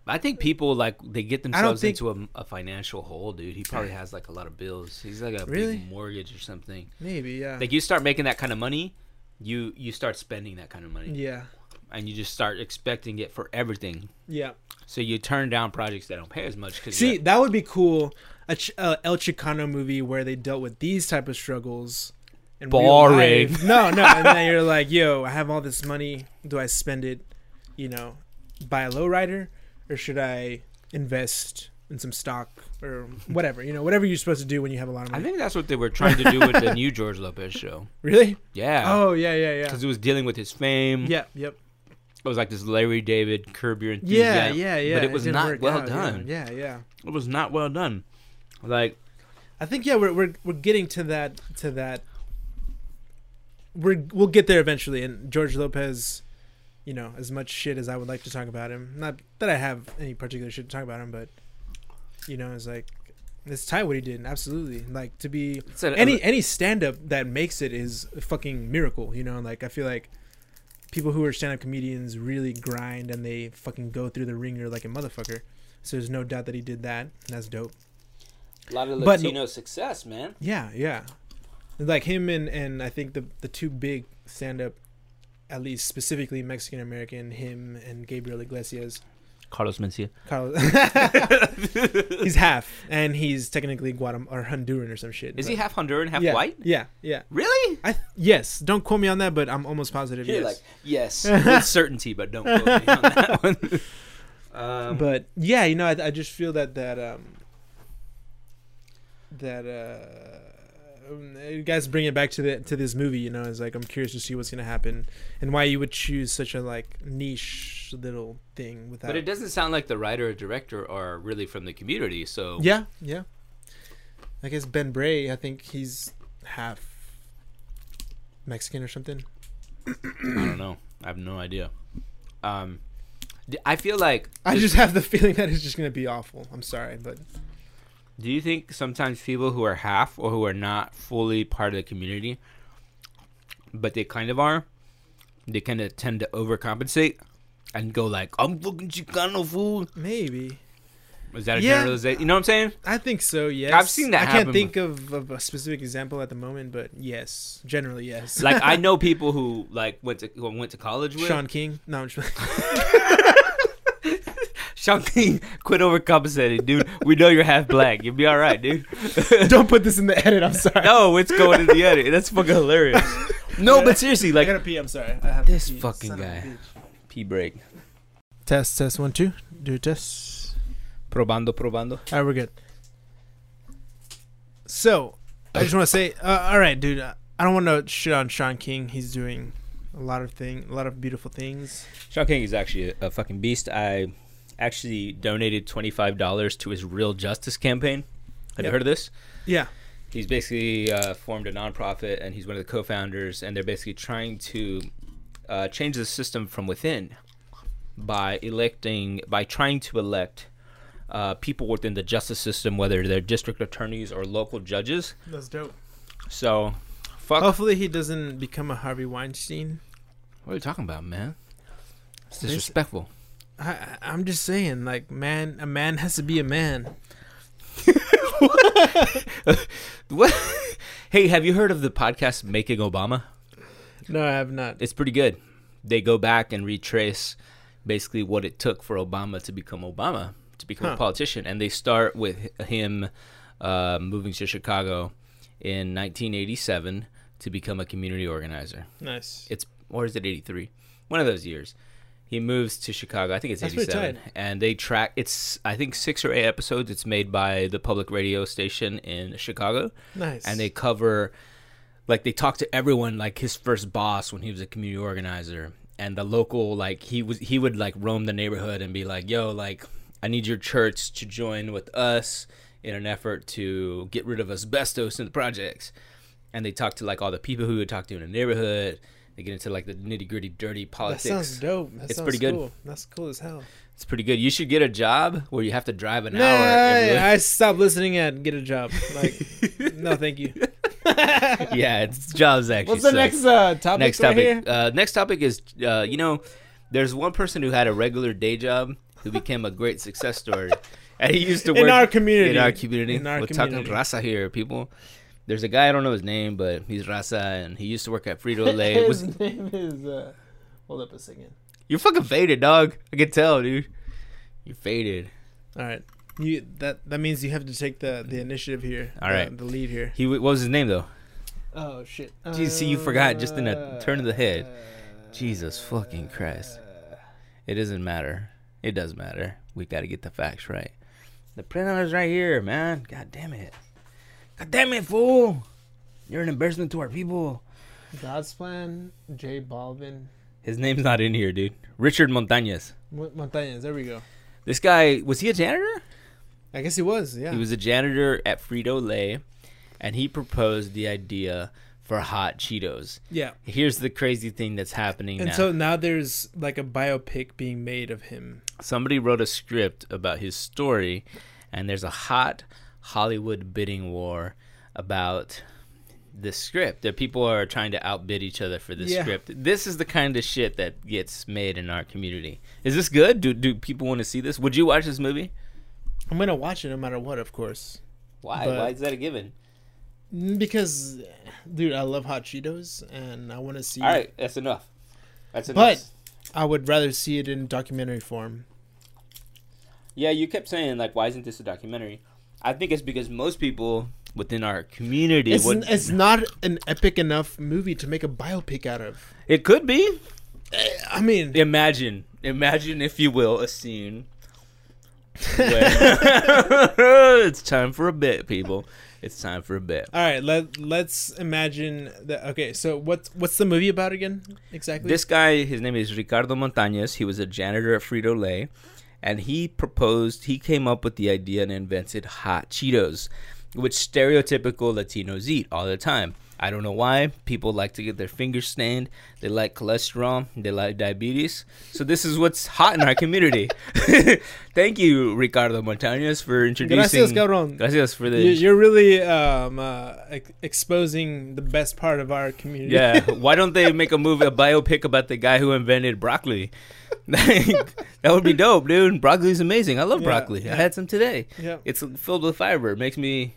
A: I think people like they get
B: don't
A: themselves
B: think-
A: into a, a financial hole, dude. He probably has like a lot of bills. He's like a
B: Really?
A: big mortgage or something.
B: Maybe yeah.
A: Like you start making that kind of money, you you start spending that kind of money,
B: yeah.
A: and you just start expecting it for everything.
B: Yeah.
A: So you turn down projects that don't pay as much. Cause
B: See,
A: you're-
B: that would be cool. A Ch- uh, El Chicano movie where they dealt with these type of struggles. In real
A: Boring.
B: life. No, no. And then you're like, yo, I have all this money. Do I spend it, you know, buy a lowrider or should I invest in some stock or whatever? You know, whatever you're supposed to do when you have a lot of
A: I
B: money.
A: think that's what they were trying to do with the new George Lopez show.
B: Really?
A: Yeah.
B: Oh, yeah, yeah, yeah.
A: because it was dealing with his fame.
B: Yep, yep.
A: It was like this Larry David Curb Your
B: Yeah,
A: Enthusiasm.
B: yeah, yeah.
A: But it was
B: didn't
A: not
B: work
A: well
B: out, yeah,
A: done.
B: Yeah, yeah.
A: It was not well done. Like
B: I think yeah, we're we're we're getting to that to that. We're we'll get there eventually, and George Lopez, you know, as much shit as I would like to talk about him, not that I have any particular shit to talk about him, but you know, it's like it's tight what he did, absolutely. Like to be
A: it's a,
B: any any stand up that makes it is a fucking miracle, you know. Like I feel like people who are stand up comedians really grind and they fucking go through the ringer like a motherfucker. So there's no doubt that he did that, and that's dope.
A: lot of
B: but-
A: Latino success, man.
B: Yeah, yeah. Like him and and I think the the two big stand up at least specifically Mexican American, him and Gabriel Iglesias.
A: Carlos Mencia.
B: Carlos He's half and he's technically Guatem or Honduran or some shit.
A: Is
B: but-
A: he half Honduran, half
B: yeah,
A: white?
B: Yeah, yeah.
A: Really?
B: I th- yes, don't quote me on that, but I'm almost positive
A: You're
B: yes.
A: like yes, with certainty, but don't quote me on that one. um,
B: but yeah, you know, I, I just feel that that um that uh um, you guys bring it back to the to this movie. You know, it's like I'm curious to see what's gonna happen and why you would choose such a like niche little thing without.
A: but it doesn't sound like the writer or director are really from the community. So
B: yeah, yeah. I guess Ben Bray. I think he's half Mexican or something.
A: I don't know. I have no idea. Um, d- I feel like
B: I
A: this-
B: just have the feeling that it's just gonna be awful. I'm sorry, but
A: Do you think sometimes people who are half or who are not fully part of the community, but they kind of are, they kind of tend to overcompensate and go like, "I'm fucking Chicano fool."
B: maybe
A: Is that a
B: Yeah.
A: generalization? You know what I'm saying?
B: I think so. Yes,
A: seen that
B: I
A: happen
B: can't think of, of a specific example at the moment, but yes, generally yes.
A: Like I know people who like went to who I went to college with
B: Sean King. No, I'm just,
A: Sean King quit overcompensating, dude. we know you're half black. You'll be all right, dude.
B: don't put this in the edit. I'm sorry.
A: no, it's going in the edit. That's fucking hilarious. No, but seriously,
B: I
A: like
B: gotta pee. I'm sorry. I have to
A: This
B: pee,
A: fucking
B: son of a
A: guy.
B: bitch.
A: pee break.
B: Test test one two. Do a test.
A: Probando, probando.
B: All right, we're good. So, I just want to say, uh, all right, dude. Uh, I don't want to shit on Sean King. He's doing a lot of thing, a lot of beautiful things.
A: Sean King is actually a, a fucking beast. I actually donated twenty five dollars to his Real Justice campaign. Have you
B: Yep.
A: heard of this?
B: Yeah,
A: He's basically uh, formed a nonprofit, and he's one of the co-founders, and they're basically trying to uh, change the system from within by electing, by trying to elect uh, people within the justice system, whether they're district attorneys or local judges.
B: that's dope.
A: So, fuck.
B: Hopefully, he doesn't become a Harvey Weinstein.
A: What are you talking about, man? It's
B: This-
A: disrespectful.
B: I, I- I'm just saying, like, man, a man has to be a man.
A: What? hey, have you heard of the podcast Making Obama?
B: No, I have not.
A: It's pretty good. They go back and retrace basically what it took for Obama to become Obama, to become a
B: Huh.
A: politician, and they start with h- him uh, moving to Chicago in 1987 to become a community organizer.
B: Nice.
A: It's or is it 83? One of those years. He moves to Chicago. I think it's
B: That's pretty
A: 87. And they track it's I think 6 or 8 episodes it's made by the public radio station in Chicago
B: Nice.
A: and they cover like they talk to everyone like his first boss when he was a community organizer and the local like he was he would like roam the neighborhood and be like yo like i need your church to join with us in an effort to get rid of asbestos in the projects and they talk to like all the people who would talk to in the neighborhood they get into like the nitty gritty dirty
B: that
A: politics
B: sounds dope. That
A: It's
B: sounds
A: pretty good.
B: Cool. That's cool as hell.
A: it's pretty good you should get a job where you have to drive an
B: Nah,
A: hour every-
B: I stopped listening at get a job. Like, no, thank you.
A: yeah it's jobs actually
B: What's the
A: suck.
B: next uh, topic?
A: next
B: right
A: topic.
B: here?
A: Uh, next topic is uh, you know, there's one person who had a regular day job who became a great success story, and he used to work
B: in our community.
A: uh, in our community.
B: In our
A: We're
B: community.
A: talking Rasa here, people. There's a guy I don't know his name, but he's Rasa, and he used to work at Frito Lay. Was
B: His name is. Uh, hold up a second.
A: you're fucking faded, dog? I can tell, dude. You're faded.
B: All right, you that that means you have to take the the initiative here.
A: All
B: the-
A: right.
B: the lead here.
A: He w- what was his name though?
B: Oh shit! Uh,
A: Jeez, see, you forgot just in a turn of the head. Jesus fucking Christ. It doesn't matter. It does matter. We got to get the facts right. The printout is right here, man. God damn it. God damn it, fool. You're an embarrassment to our people.
B: God's plan. J Balvin.
A: His name's not in here, dude. Richard Montañez.
B: Mo- Montañas. There we go.
A: This guy, was he a janitor?
B: I guess he was. Yeah.
A: He was a janitor at Frito Lay, and he proposed the idea for hot Cheetos.
B: yeah.
A: Here's the crazy thing that's happening
B: And
A: now.
B: so now there's like a biopic being made of him.
A: somebody wrote a script about his story and there's a hot hollywood bidding war about this script that people are trying to outbid each other for this
B: Yeah.
A: script this is the kind of shit that gets made in our community is this good do, do people want to see this would you watch this movie
B: I'm gonna watch it no matter what, of course.
A: why
B: But-
A: why is that a given
B: Mm, Because, dude, I love hot Cheetos, and I want to see.
A: all right that's enough that's enough
B: But- I would rather see it in documentary form.
A: yeah you kept saying like why isn't this a documentary i think it's because most people within our community
B: It's,
A: would,
B: it's not an epic enough movie to make a biopic out of. Eh,
A: it could be
B: I mean,
A: imagine imagine if you will a scene where it's time for a bit people it's time for a bit
B: all right. Let Let's imagine that. Okay, so what's what's the movie about again? Exactly.
A: this guy his name is ricardo montañez he was a janitor at frito-lay and he proposed he came up with the idea and invented hot cheetos which stereotypical latinos eat all the time i don't know why people like to get their fingers stained they like cholesterol they like diabetes so this is what's hot in our community thank you ricardo montañez for introducing
B: Gracias, cabrón.
A: Gracias for the
B: You- You're really um, uh, ex- exposing the best part of our community.
A: Yeah, why don't they make a movie, a biopic about the guy who invented broccoli? Like, that would be dope, dude. Broccoli's amazing. I love
B: Yeah,
A: broccoli. I
B: yeah.
A: had some today.
B: Yeah.
A: It's filled with fiber. It makes me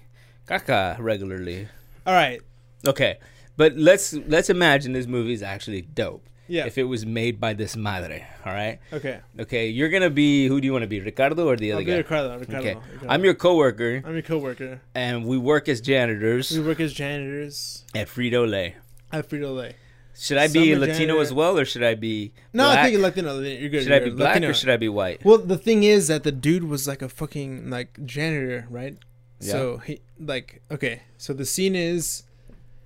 A: caca regularly.
B: All right.
A: Okay, but let's let's imagine this movie is actually dope.
B: Yeah.
A: If it was made by this madre, all right.
B: Okay.
A: Okay, you're gonna be who do you want to be, Ricardo or the
B: I'll
A: other
B: be
A: guy?
B: Ricardo. Ricardo.
A: Okay,
B: Ricardo.
A: I'm your coworker,
B: I'm your coworker.
A: and we work as janitors
B: We work as janitors
A: at Frito Lay.
B: at Frito Lay.
A: Should I be
B: Mm. Summer
A: Latino
B: janitor.
A: as well, or should I be?
B: No, I
A: black?
B: think Latino. You're good.
A: Should
B: you're
A: I be
B: good.
A: black
B: Latino.
A: or should I be white?
B: Well, the thing is that the dude was like a fucking like janitor, right?
A: Yeah.
B: So he like okay. So the scene is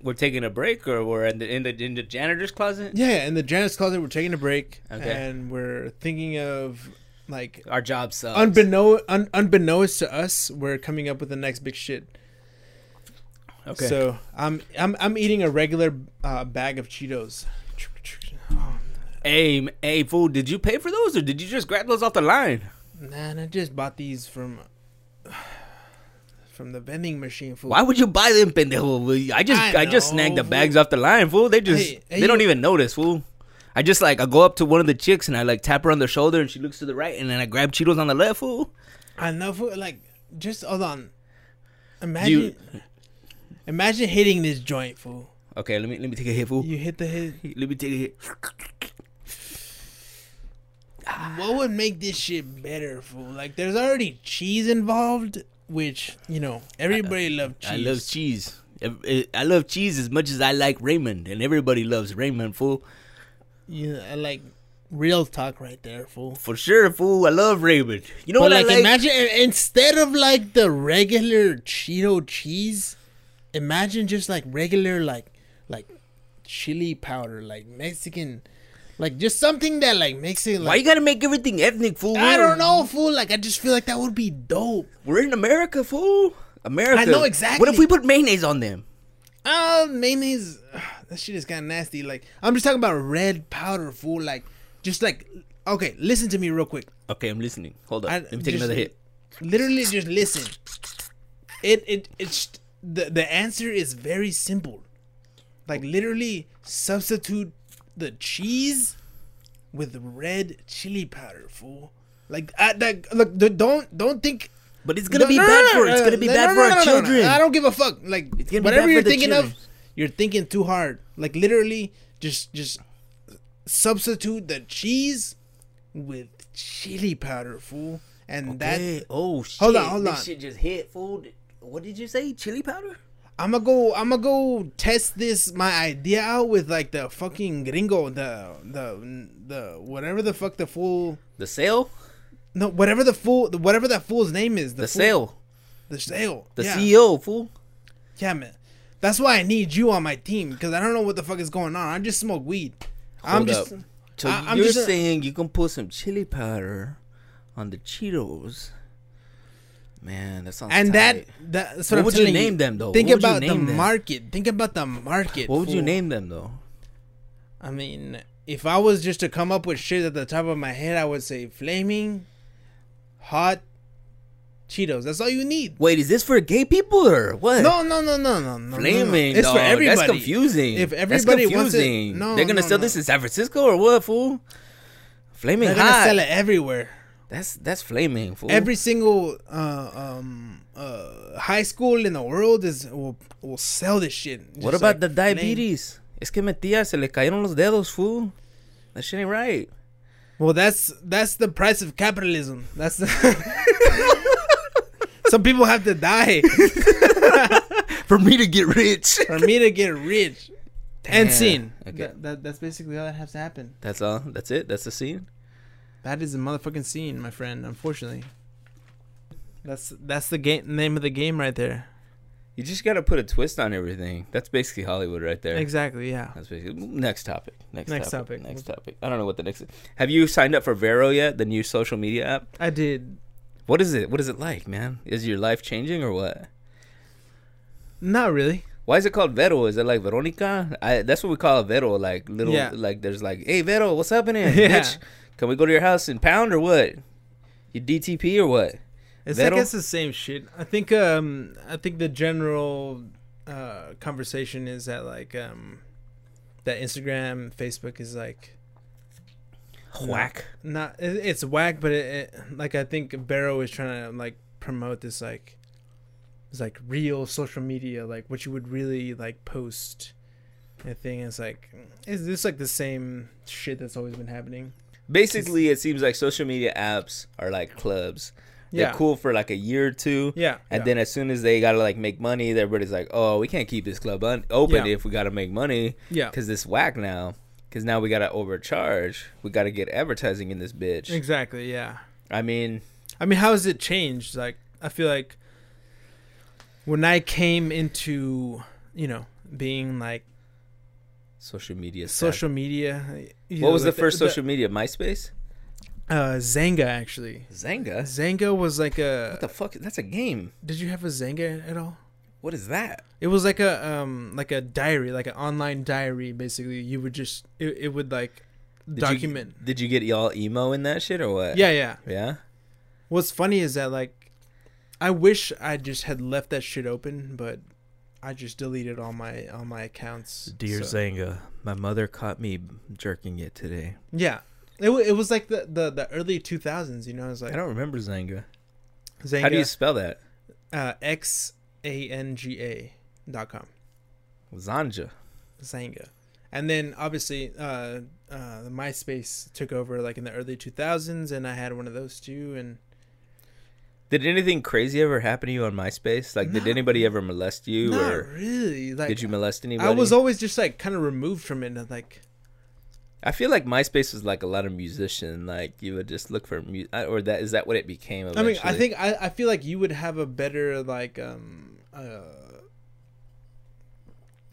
A: we're taking a break, or we're in the in the, in the janitor's closet.
B: Yeah, yeah, in the janitor's closet, we're taking a break,
A: Okay.
B: and we're thinking of like
A: Our job sucks.
B: unbeknown, un, unbeknownst to us, we're coming up with the next big shit.
A: okay.
B: So I'm I'm I'm eating a regular uh, bag of Cheetos. Oh,
A: hey, m- hey, fool! Did you pay for those, or did you just grab those off the line?
B: Man, I just bought these from from the vending machine. Fool.
A: Why would you buy them, pendejo? I just I,
B: I
A: just
B: know,
A: snagged the
B: fool.
A: bags off the line, fool. They just
B: Hey, hey,
A: they don't
B: you-
A: even notice, fool. I just like I go up to one of the chicks and I like tap her on the shoulder and she looks to the right and then I grab Cheetos on the left, fool.
B: I know. Fool, like, just hold on. Imagine,
A: You-
B: imagine hitting this joint, fool.
A: Okay, let me let me take a hit, fool.
B: You hit the hit.
A: Let me take a hit.
B: What would make this shit better, fool? Like, there's already cheese involved, which you know everybody loves cheese.
A: I love cheese. Ev- eh, I love cheese as much as I like Raymond, and everybody loves Raymond, fool.
B: Yeah, I like real talk right there, fool.
A: For sure, fool. I love Raymond. You know
B: But
A: what
B: like,
A: I like?
B: imagine i- instead of like the regular Cheeto cheese, imagine just like regular like like chili powder, like Mexican, like just something that like makes it
A: Why you
B: like
A: gotta make everything ethnic, fool?
B: I
A: We're-
B: don't know, fool. Like I just feel like that would be dope.
A: We're in America, fool. America.
B: I know
A: What
B: exactly.
A: if we put mayonnaise on them?
B: Uh, mayonnaise. ugh, that shit is kind of nasty. Like I'm just talking about red powder, fool. Like just like okay, listen to me real quick.
A: Okay, I'm listening. Hold on.
B: I-
A: Let me take
B: just-
A: another hit.
B: literally just listen it it it's the the answer is very simple like literally substitute the cheese with red chili powder fool like I, that look d- don't don't think
A: But it's gonna
B: no,
A: be
B: no, no,
A: bad
B: no,
A: for it's
B: no,
A: gonna be
B: no,
A: bad
B: no,
A: for
B: no,
A: our
B: no, no, no, no.
A: children.
B: I don't give a fuck like
A: It's gonna be bad
B: whatever
A: for
B: you're
A: the
B: thinking of
A: children.
B: you're thinking too hard like literally just just substitute the cheese with chili powder fool and that
A: Hey, oh shit!
B: Hold on, hold
A: This
B: on.
A: shit just hit, fool. What did you say? Chili powder?
B: I'm gonna go. I'm gonna go test this my idea out with like the fucking gringo, the the the whatever the fuck the fool,
A: The sale?
B: no whatever the fool, whatever that fool's name is.
A: The
B: fool-
A: sale?
B: the sale,
A: The E
B: yeah.
A: CEO, fool.
B: Yeah, man. That's why I need you on my team because I don't know what the fuck is going on. I just smoke weed. I'm
A: Hold
B: just.
A: up. So
B: I- I'm
A: you're
B: just a-
A: saying you can put some chili powder on the Cheetos? Man, that sounds.
B: And that,
A: tight.
B: that that's
A: What
B: what, I'm
A: would you
B: telling
A: name them, though?
B: Think
A: What would you
B: about the
A: name them?
B: market. Think about the market.
A: What would you
B: fool.
A: name them though?
B: I mean, if I was just to come up with shit at the top of my head, I would say flaming hot Cheetos. That's all you need.
A: Wait, is this for gay people or what?
B: No, no, no, no, no, no, no.
A: Flaming,
B: no. It's
A: dog.
B: for everybody.
A: That's confusing.
B: If
A: That's
B: everybody wants it-
A: confusing.
B: No,
A: they're gonna
B: no,
A: sell
B: no.
A: this in San Francisco or what, fool? Flaming
B: They're
A: hot.
B: gonna sell it everywhere.
A: That's that's flaming, fool.
B: Every single uh, um, uh, high school in the world is will, will sell this shit.
A: what
B: Just
A: about
B: like
A: the
B: flame.
A: diabetes? Es que metía se le cayeron los dedos, fool. That shit ain't right.
B: Well, that's that's the price of capitalism. That's the some people have to die.
A: For me to get rich.
B: for me to get rich
A: Damn.
B: and seen.
A: Okay.
B: That, that, that's basically all that has to happen.
A: That's all. That's it. That's the scene.
B: That is a motherfucking scene, my friend. Unfortunately, that's that's the game name of the game right there.
A: You just gotta put a twist on everything. That's basically Hollywood right there.
B: Exactly. Yeah.
A: That's basically next topic. Next,
B: Next
A: topic,
B: topic.
A: Next topic. I don't know what the next. Have you signed up for Vero yet? The new social media app.
B: I did.
A: What is it? What is it like, man? Is your life changing or what?
B: Not really.
A: Why is it called Vero? Is it like Veronica? I, that's what we call a Vero. Like little,
B: Yeah.
A: like there's like, hey Vero, what's happening,
B: Yeah.
A: bitch? Can we go to your house and pound or what? You DTP or what?
B: It's
A: Vero?
B: like it's the same shit. I think um I think the general uh conversation is that like um that Instagram, Facebook is like
A: Whack.
B: not it, it's whack but it, it like i think barrow is trying to like promote this like it's like real social media like what you would really like post and thing is like is this like the same shit that's always been happening
A: Basically, it seems like social media apps are like clubs. They're
B: yeah
A: cool for like a year or two.
B: yeah
A: And
B: yeah.
A: then as soon as they gotta like make money, everybody's like, "Oh, we can't keep this club un- open
B: Yeah.
A: if we gotta make money
B: yeah
A: because this whack now. Because now we gotta overcharge. We gotta get advertising in this bitch.
B: exactly yeah
A: I mean,
B: i mean how has it changed like i feel like when i came into you know being like
A: Social media. Social.
B: social media. you
A: What
B: know,
A: was
B: like
A: the first social media? MySpace.
B: Uh, Zanga actually.
A: Zanga.
B: Zanga was like a.
A: What the fuck? That's a game.
B: Did you have a Zanga at all?
A: What is that?
B: It was like a um like a diary, like an online diary. Basically, you would just it, it would like
A: Did
B: document.
A: You, did you get y'all emo in that shit or what?
B: yeah, yeah.
A: Yeah.
B: What's funny is that like, I wish I just had left that shit open, but I just deleted all my all my accounts.
A: Dear
B: so-
A: Zanga, my mother caught me jerking it today.
B: Yeah. It, wa- it was like the, the, the early 2000s, you know? It was
A: I
B: like
A: don't remember Zanga.
B: Zanga,
A: How do you spell that?
B: uh, X-A-N-G-A dot com.
A: Zanja.
B: Zanga. And then obviously uh, uh, the MySpace took over like in the early 2000s and I had one of those too. And
A: Did anything crazy ever happen to you on MySpace? Like, did
B: No.
A: anybody ever molest you,
B: not
A: or
B: really. Like,
A: did you molest anybody?
B: I was always just like kind of removed from it. And, like,
A: I feel like MySpace was like a lot of musician. Like, you would just look for mu- I- or that is that what it became? Eventually?
B: I mean, I think I, I feel like you would have a better like um uh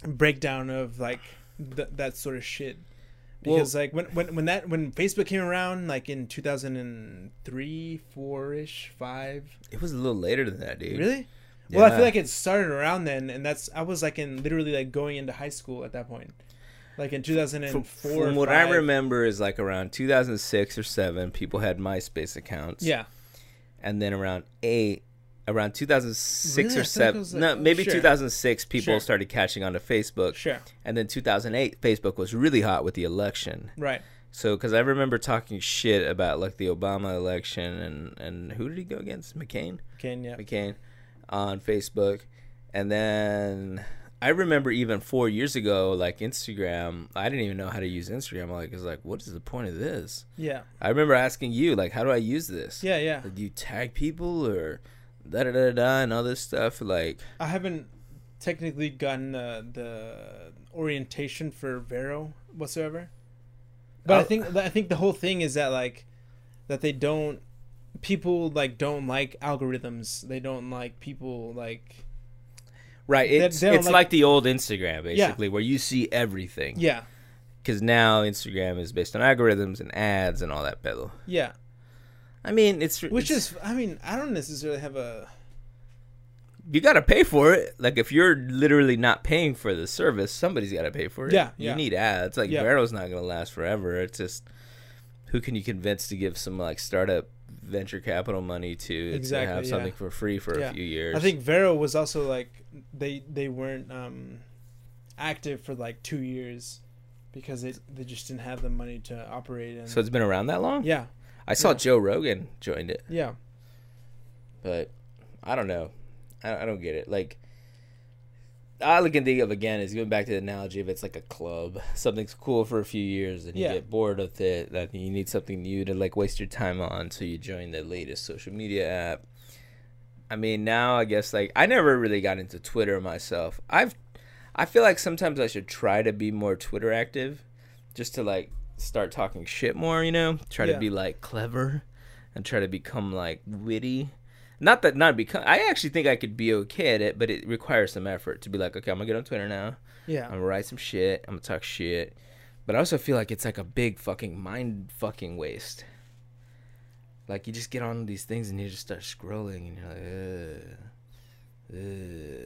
B: breakdown of like th- that sort of shit.
A: Well-
B: Because like when, when when that when Facebook came around like in 2003, 4ish, 5.
A: it was a little later than that, dude.
B: Really? Well, I feel
A: Yeah.
B: like it started around then and that's I was like in literally like going into high school at that point. Like in 2004.
A: From, from what I remember is like around 2006 or seven, people had MySpace accounts.
B: Yeah.
A: and then around eight, around 2006
B: Really? I
A: or
B: feel like it
A: seven,
B: was like- oh,
A: no, maybe
B: sure.
A: 2006, people
B: Sure.
A: started catching on to Facebook,
B: Sure.
A: and then 2008, Facebook was really hot with the election.
B: Right.
A: So, because I remember talking shit about like the Obama election and and who did he go against? McCain,
B: Okay, yeah.
A: McCain, on Facebook, and then I remember even four years ago, like Instagram, I didn't even know how to use Instagram. Like, I was like, what is the point of this?
B: Yeah.
A: I remember asking you, like, how do I use this?
B: Yeah, yeah.
A: Like, do you tag people or da da da da, da and all this stuff? Like,
B: I haven't technically gotten uh, the orientation for Vero whatsoever. But I
A: I'll-
B: think I think the whole thing is that like that they don't people like don't like algorithms. They don't like people like
A: right? It's
B: they don't
A: it's
B: like-
A: like, the old Instagram basically, where you see everything.
B: yeah
A: Because now Instagram is based on algorithms and ads and all that pedo.
B: yeah.
A: I mean, it's
B: Which
A: it's-
B: is I mean I don't necessarily have a
A: you got to pay for it. Like, if you're literally not paying for the service, somebody's got to pay for it.
B: Yeah,
A: you
B: yeah.
A: need ads. Like,
B: Yeah.
A: Vero's not gonna last forever. It's just who can you convince to give some like startup venture capital money to
B: Exactly,
A: to have
B: yeah.
A: something for free for
B: Yeah.
A: a few years?
B: I think Vero was also like they they weren't um active for like two years because it they just didn't have the money to operate and
A: so. It's been around that long.
B: yeah
A: I saw
B: Yeah.
A: Joe Rogan joined it,
B: yeah
A: but I don't know. I, I don't get it. Like, all I can think of again is going back to the analogy of it's like a club. Something's cool for a few years, and you
B: Yeah.
A: get bored with it. That you need something new to like waste your time on, so you join the latest social media app. I mean, now I guess like I never really got into Twitter myself. I've, I feel like sometimes I should try to be more Twitter active, just to like start talking shit more. You know, try
B: Yeah.
A: to be like clever, and try to become like witty. Not that not become. I actually think I could be okay at it, but it requires some effort to be like, okay, I'm gonna get on Twitter now.
B: yeah
A: I'm gonna write some shit. I'm gonna talk shit. But I also feel like it's like a big fucking mind fucking waste. Like you just get on these things and you just start scrolling and you're like, ugh,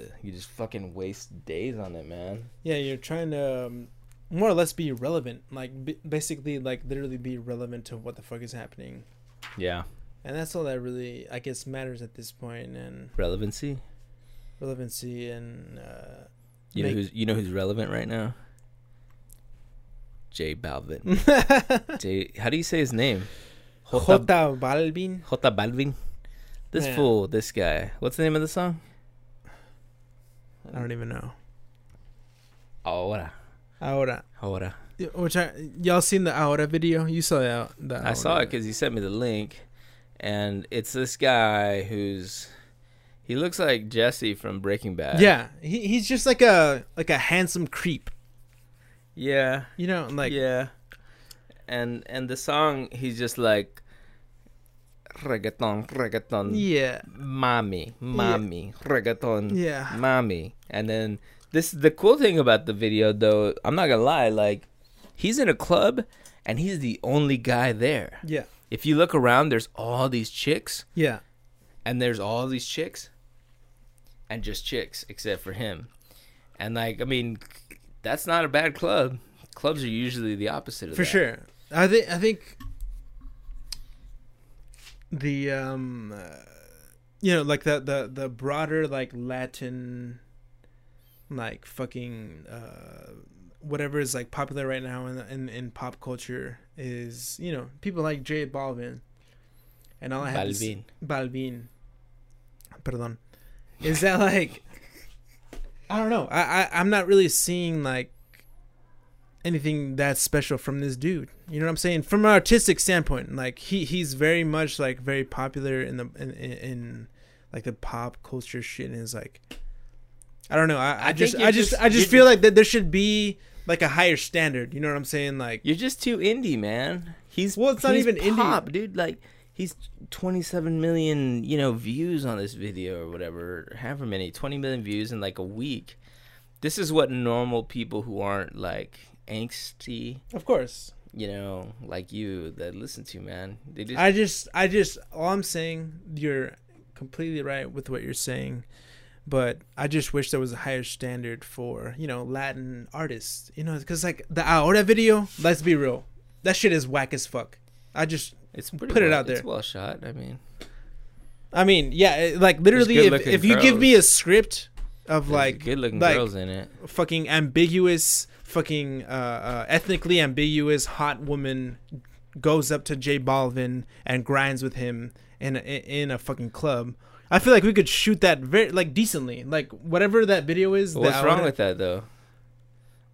A: ugh. You just fucking waste days on it, man.
B: Yeah, you're trying to um, more or less be relevant, like b- basically, like literally be relevant to what the fuck is happening,
A: Yeah.
B: and that's all that really, I guess, matters at this point, and
A: Relevancy.
B: relevancy and uh,
A: You know
B: Make-
A: who's you know who's relevant right now? J Balvin. J. How do you say his name?
B: Jota Balvin.
A: Jota Balvin. This
B: Yeah.
A: fool, this guy. What's the name of the song?
B: I don't even know.
A: Ahora.
B: Ahora,
A: Ahora.
B: Y- which I, y'all seen the Ahora video? You saw the, the
A: I saw
B: Ahora.
A: it because he sent me the link, and it's this guy who's he looks like Jesse from Breaking Bad.
B: Yeah, he, he's just like a like a handsome creep,
A: yeah,
B: you know, like
A: yeah. And and the song he's just like reggaeton, reggaeton,
B: yeah,
A: mommy, mommy, reggaeton,
B: yeah.
A: mommy, and then this the cool thing about the video though. I'm not gonna lie, like he's in a club and he's the only guy there.
B: Yeah.
A: If you look around, there's all these chicks
B: Yeah.
A: and there's all these chicks and just chicks except for him. And like, I mean, that's not a bad club. Clubs are usually the opposite of
B: For
A: that.
B: sure. I think I think the um uh, you know like the the the broader like Latin like fucking uh whatever is like popular right now in in, in pop culture is you know people like J Balvin and all I have to s-
A: Balvin.
B: Balvin. Perdón. Is that like I don't know. I, I I'm not really seeing like anything that special from this dude. You know what I'm saying? From an artistic standpoint, like he he's very much like very popular in the in, in, in like the pop culture shit and is like I don't know. I, I,
A: think
B: just
A: you're
B: I just,
A: just-
B: I just
A: you're
B: feel like that there should be like a higher standard. You know what I'm saying? Like
A: You're just too indie, man. He's
B: Well, it's not
A: he's
B: even indie.
A: pop, dude. Like he's 27 million, you know, views on this video or whatever, however many, 20 million views in like a week. This is what normal people who aren't like angsty,
B: of course.
A: you know, like you that listen to, man. They just
B: I just, I just, all I'm saying, you're completely right with what you're saying, but I just wish there was a higher standard for, you know, Latin artists, you know, because like the Aora video, let's be real, that shit is whack as fuck. I just,
A: it's pretty
B: put it
A: well-
B: out
A: It's
B: there.
A: well shot. I mean,
B: I mean, yeah, it- like literally, if,
A: good-looking
B: if you give me a
A: girls.
B: script of like,
A: good looking
B: like,
A: girls in it.
B: fucking ambiguous, fucking uh, uh, ethnically ambiguous hot woman goes up to J Balvin and grinds with him in a, in a fucking club. I feel like we could shoot that very like decently, like whatever that video is.
A: But
B: the
A: what's wrong
B: hour-
A: with that though?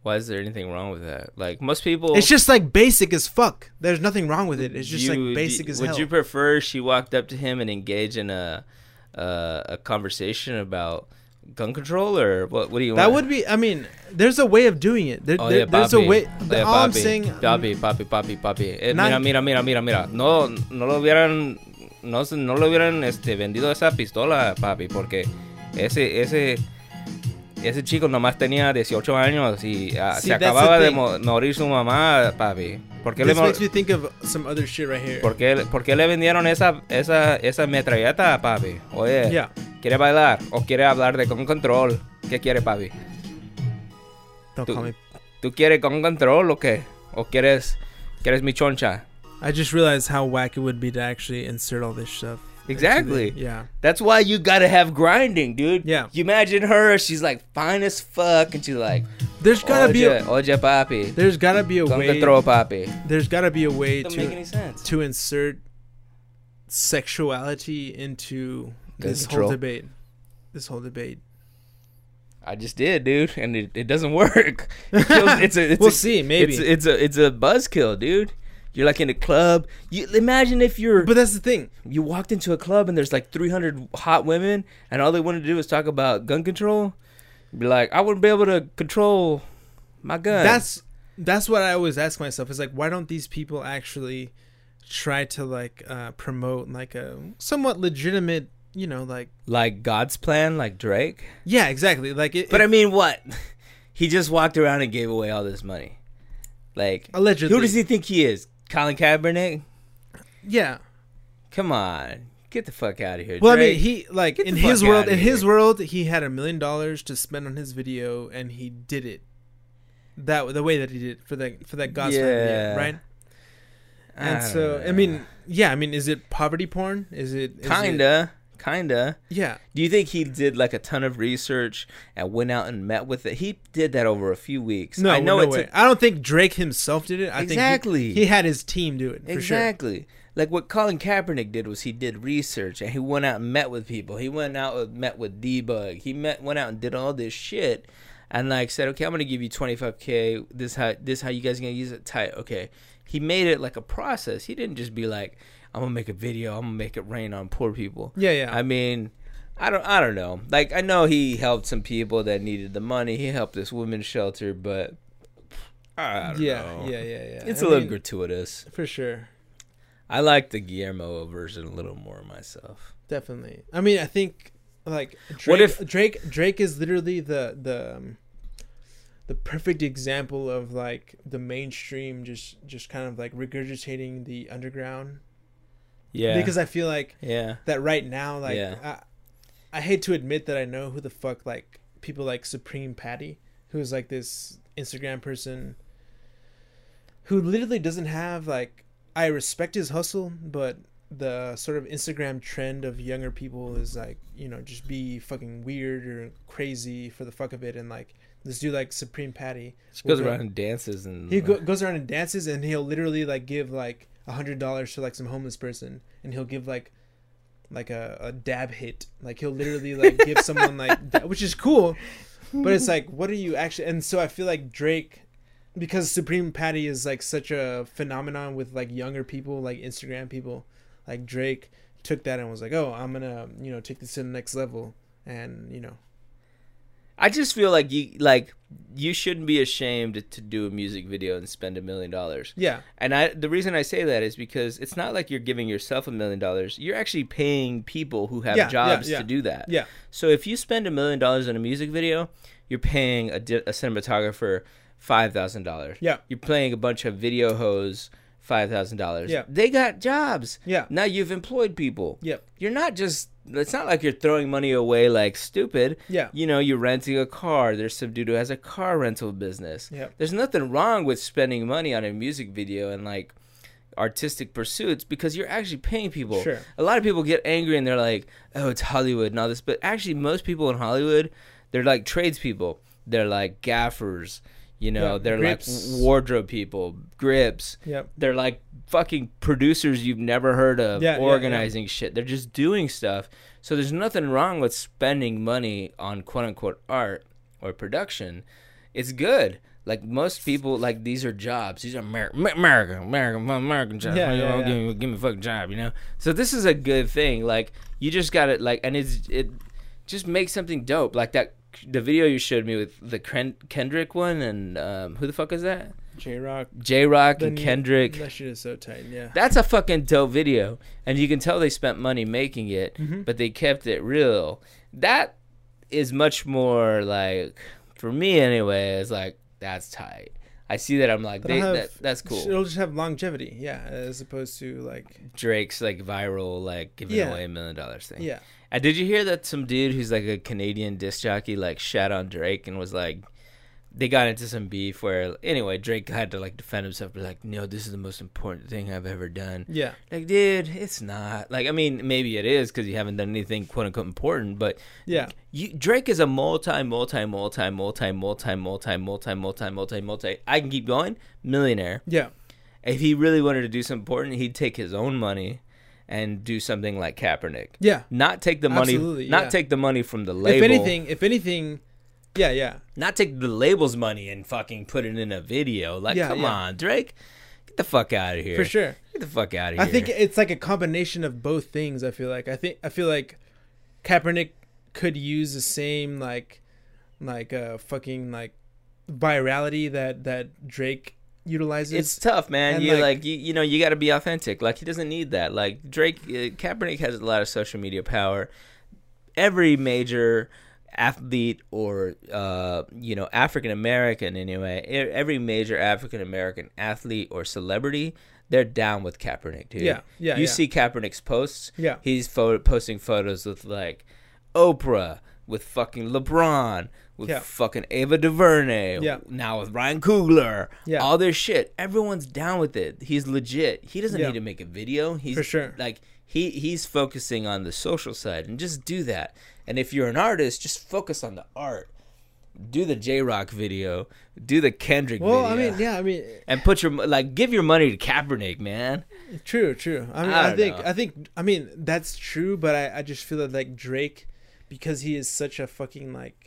A: Why is there anything wrong with that? Like most people,
B: It's just like basic as fuck. There's nothing wrong with it. It's just
A: You-
B: like basic
A: do-
B: as
A: would
B: hell.
A: you prefer she walked up to him and engaged in a uh, a conversation about gun control or what? What do you?
B: that
A: want?
B: would be. I mean, there's a way of doing it. There,
A: Oh
B: there-
A: yeah,
B: there's
A: papi.
B: a way.
A: Oh, yeah,
B: all I'm
A: papi.
B: saying.
A: Papi, papi, papi, papi. Eh,
B: Not-
A: mira, mira, mira, mira, mira. No, no lo hubieran, no, se- no lo hubieran, este, vendido esa pistola, papi, porque ese, ese, ese chico nomás tenía 18 años y ah, se
B: See, that's the
A: acababa de
B: thing.
A: mo- morir su mamá, papi. ¿Por qué le
B: This
A: mo-
B: makes me think of some other shit right here.
A: ¿Por qué, por qué le vendieron esa, esa, esa metralleta, papi? Oye,
B: Yeah.
A: ¿quiere bailar o quiere hablar de con control? ¿Qué quiere, papi?
B: Don't
A: Dude.
B: call me.
A: ¿Tú quieres con control o qué? ¿O quieres, quieres mi choncha?
B: I just realized how whack it would be to actually insert all this stuff. into
A: Exactly.
B: the- yeah.
A: That's why you gotta have grinding, dude.
B: Yeah.
A: You imagine her, she's like fine as fuck, and she's like,
B: There's gotta
A: oye,
B: be a,
A: oye, papi,
B: there's gotta be a
A: con
B: way
A: control, papi.
B: there's gotta be a way
A: Doesn't make any
B: to
A: sense.
B: to insert sexuality into this
A: Control.
B: whole debate. This whole debate.
A: I just did, dude, and it, it doesn't work. It kills- it's a, it's
B: We'll
A: a-
B: see, maybe.
A: It's, it's a, it's a buzzkill, dude. You're like in a club. You imagine if you're
B: But that's the thing.
A: you walked into a club and there's like 300 hot women and all they wanted to do was talk about gun control. Be like, I wouldn't be able to control my gun.
B: That's that's what I always ask myself. Is like, why don't these people actually try to like uh, promote like a somewhat legitimate, you know, like
A: like God's plan, like Drake.
B: yeah, exactly. Like, it,
A: But
B: it-
A: I mean, what? He just walked around and gave away all this money. Like,
B: allegedly,
A: who does he think he is? Colin Kaepernick?
B: yeah.
A: Come on, get the fuck out of here.
B: Well, I
A: Drake.
B: mean, he like
A: Get the
B: in his
A: fuck
B: world.
A: outta
B: In his
A: here.
B: world, he had a million dollars to spend on his video, and he did it that the way that he did for that for that gospel
A: Yeah.
B: video, right?
A: I
B: And
A: don't
B: so, I
A: know.
B: mean, yeah, I mean, is it poverty porn? Is it is it-
A: kinda, kinda.
B: yeah,
A: Do you think he did like a ton of research and went out and met with it? He did that over a few weeks.
B: no,
A: I know
B: no
A: it's
B: way. I don't think Drake himself did it. I
A: Exactly.
B: think he- he, had his team do it for sure.
A: exactly like what Colin Kaepernick did was he did research and he went out and met with people. He went out and met with Debug. He met went out and did all this shit, and like said, okay, I'm gonna give you 25k. This how this how you guys gonna use it tight. Okay, he made it like a process. He didn't just be like, I'm gonna make a video. I'm gonna make it rain on poor people.
B: Yeah, yeah.
A: I mean, I don't I don't know. Like I know he helped some people that needed the money. He helped this women's shelter, but I don't
B: yeah,
A: know.
B: yeah, yeah, yeah.
A: It's
B: a
A: a little gratuitous.
B: for sure.
A: I like the Guillermo version a little more myself.
B: Definitely. I mean, I think like Drake,
A: What if-
B: Drake Drake is literally the the um, the perfect example of like the mainstream just just kind of like regurgitating the underground
A: Yeah.
B: because I feel like
A: yeah.
B: that right now like
A: Yeah.
B: I, I hate to admit that I know who the fuck like people like Supreme Patty who's like this Instagram person who literally doesn't have like I respect his hustle but the sort of Instagram trend of younger people is like you know just be fucking weird or crazy for the fuck of it and like this dude like Supreme Patty
A: She goes
B: Well,
A: around and dances and
B: he go- goes around and dances, and he'll literally like give like a hundred dollars to like some homeless person, and he'll give like like a, a dab hit. Like he'll literally like give someone like that, which is cool, but it's like, what are you actually? And so I feel like Drake, because Supreme Patty is like such a phenomenon with like younger people, like Instagram people, like Drake took that and was like, oh, I'm gonna you know take this to the next level, and you know,
A: I just feel like you like you shouldn't be ashamed to do a music video and spend a million dollars.
B: yeah,
A: And I the reason I say that is because it's not like you're giving yourself a million dollars. You're actually paying people who have
B: Yeah, yeah,
A: jobs
B: yeah.
A: to do that.
B: yeah,
A: So if you spend a million dollars on a music video, you're paying a, di- a cinematographer five thousand dollars.
B: Yeah.
A: You're paying a bunch of video hoes five thousand dollars.
B: Yeah.
A: They got jobs.
B: Yeah.
A: Now you've employed people.
B: Yep.
A: You're not just. It's not like you're throwing money away like stupid.
B: Yeah.
A: You know, you're renting a car. There's some dude who has a car rental business.
B: Yep.
A: There's nothing wrong with spending money on a music video and like artistic pursuits because you're actually paying people.
B: Sure.
A: A lot of people get angry and they're like, "Oh, it's Hollywood and all this," but actually, most people in Hollywood, they're like tradespeople. They're like gaffers. You know,
B: Yeah,
A: they're
B: grips.
A: like wardrobe people, grips.
B: Yep.
A: They're like fucking producers you've never heard of,
B: Yeah, yeah, yeah.
A: organizing shit. They're just doing stuff. So there's nothing wrong with spending money on quote unquote art or production. It's good. Like most people, like these are jobs. These are Amer- Amer- American, American, American jobs.
B: Yeah,
A: Why you
B: yeah,
A: don't
B: yeah.
A: Give, me, give me a fucking job, you know. So this is a good thing. Like you just got to like, and it's it just make something dope. Like that, the video you showed me with the Kren- Kendrick one, and um, who the fuck is that?
B: J Rock.
A: J Rock
B: The
A: and
B: new-
A: Kendrick.
B: That shit is so tight. Yeah.
A: That's a fucking dope video, and you can tell they spent money making it,
B: Mm-hmm.
A: but they kept it real. That is much more like for me anyway. It's like that's tight. I see that. I'm like,
B: That'll
A: they,
B: have-
A: that, that's cool.
B: It'll just have longevity, yeah, as opposed to like,
A: Drake's like viral, like giving
B: Yeah.
A: away a million dollars thing.
B: yeah,
A: And did you hear that some dude who's like a Canadian disc jockey like shat on Drake and was like, they got into some beef where anyway Drake had to like defend himself, be like, no, this is the most important thing I've ever done.
B: yeah,
A: Like, dude, it's not. Like, I mean, maybe it is because you haven't done anything quote unquote important, but
B: yeah,
A: you, Drake is a multi, multi, multi, multi, multi, multi, multi, multi, multi, multi. I can keep going. Millionaire.
B: yeah,
A: If he really wanted to do something important, he'd take his own money and do something like Kaepernick.
B: yeah.
A: Not take the money.
B: Absolutely,
A: not
B: yeah.
A: take the money from the label.
B: If anything, if anything, yeah, yeah,
A: not take the label's money and fucking put it in a video. Like,
B: Yeah,
A: come
B: yeah.
A: on, Drake, get the fuck out of here.
B: for sure.
A: Get the fuck out of
B: I
A: here.
B: think it's like a combination of both things. I feel like I think I feel like Kaepernick could use the same like, like uh, fucking like virality that that Drake utilizes.
A: it's tough, man.
B: and,
A: You like,
B: like-
A: you, you know you got to be authentic. Like he doesn't need that. Like Drake uh, Kaepernick has a lot of social media power. Every major athlete or uh, you know African American anyway, e- every major African American athlete or celebrity, they're down with Kaepernick, dude.
B: Yeah, yeah,
A: You
B: yeah.
A: see Kaepernick's posts.
B: Yeah.
A: he's photo- posting photos with like Oprah, with fucking LeBron. With
B: Yeah.
A: fucking Ava DuVernay,
B: Yeah.
A: now with Ryan Coogler,
B: Yeah.
A: all this shit. Everyone's down with it. He's legit. He doesn't
B: Yeah.
A: need to make a video. He's
B: For sure.
A: like he he's focusing on the social side and just do that. And if you're an artist, just focus on the art. Do the J Rock video. Do the Kendrick
B: well, I
A: video.
B: mean, yeah, I mean,
A: And put your mo- like give your money to Kaepernick, man.
B: True, true. I mean,
A: I
B: I,
A: don't
B: think,
A: know.
B: I think, I mean, that's true. But I, I just feel that like Drake, because he is such a fucking like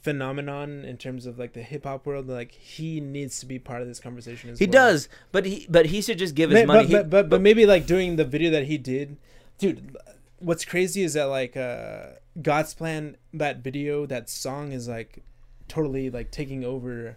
B: phenomenon in terms of like the hip hop world, like he needs to be part of this conversation. As
A: He
B: well.
A: does, but he but he should just give his
B: May-
A: money.
B: but,
A: He-
B: but, but but maybe like doing the video that he did, dude. What's crazy is that like uh God's plan, that video, that song is like totally like taking over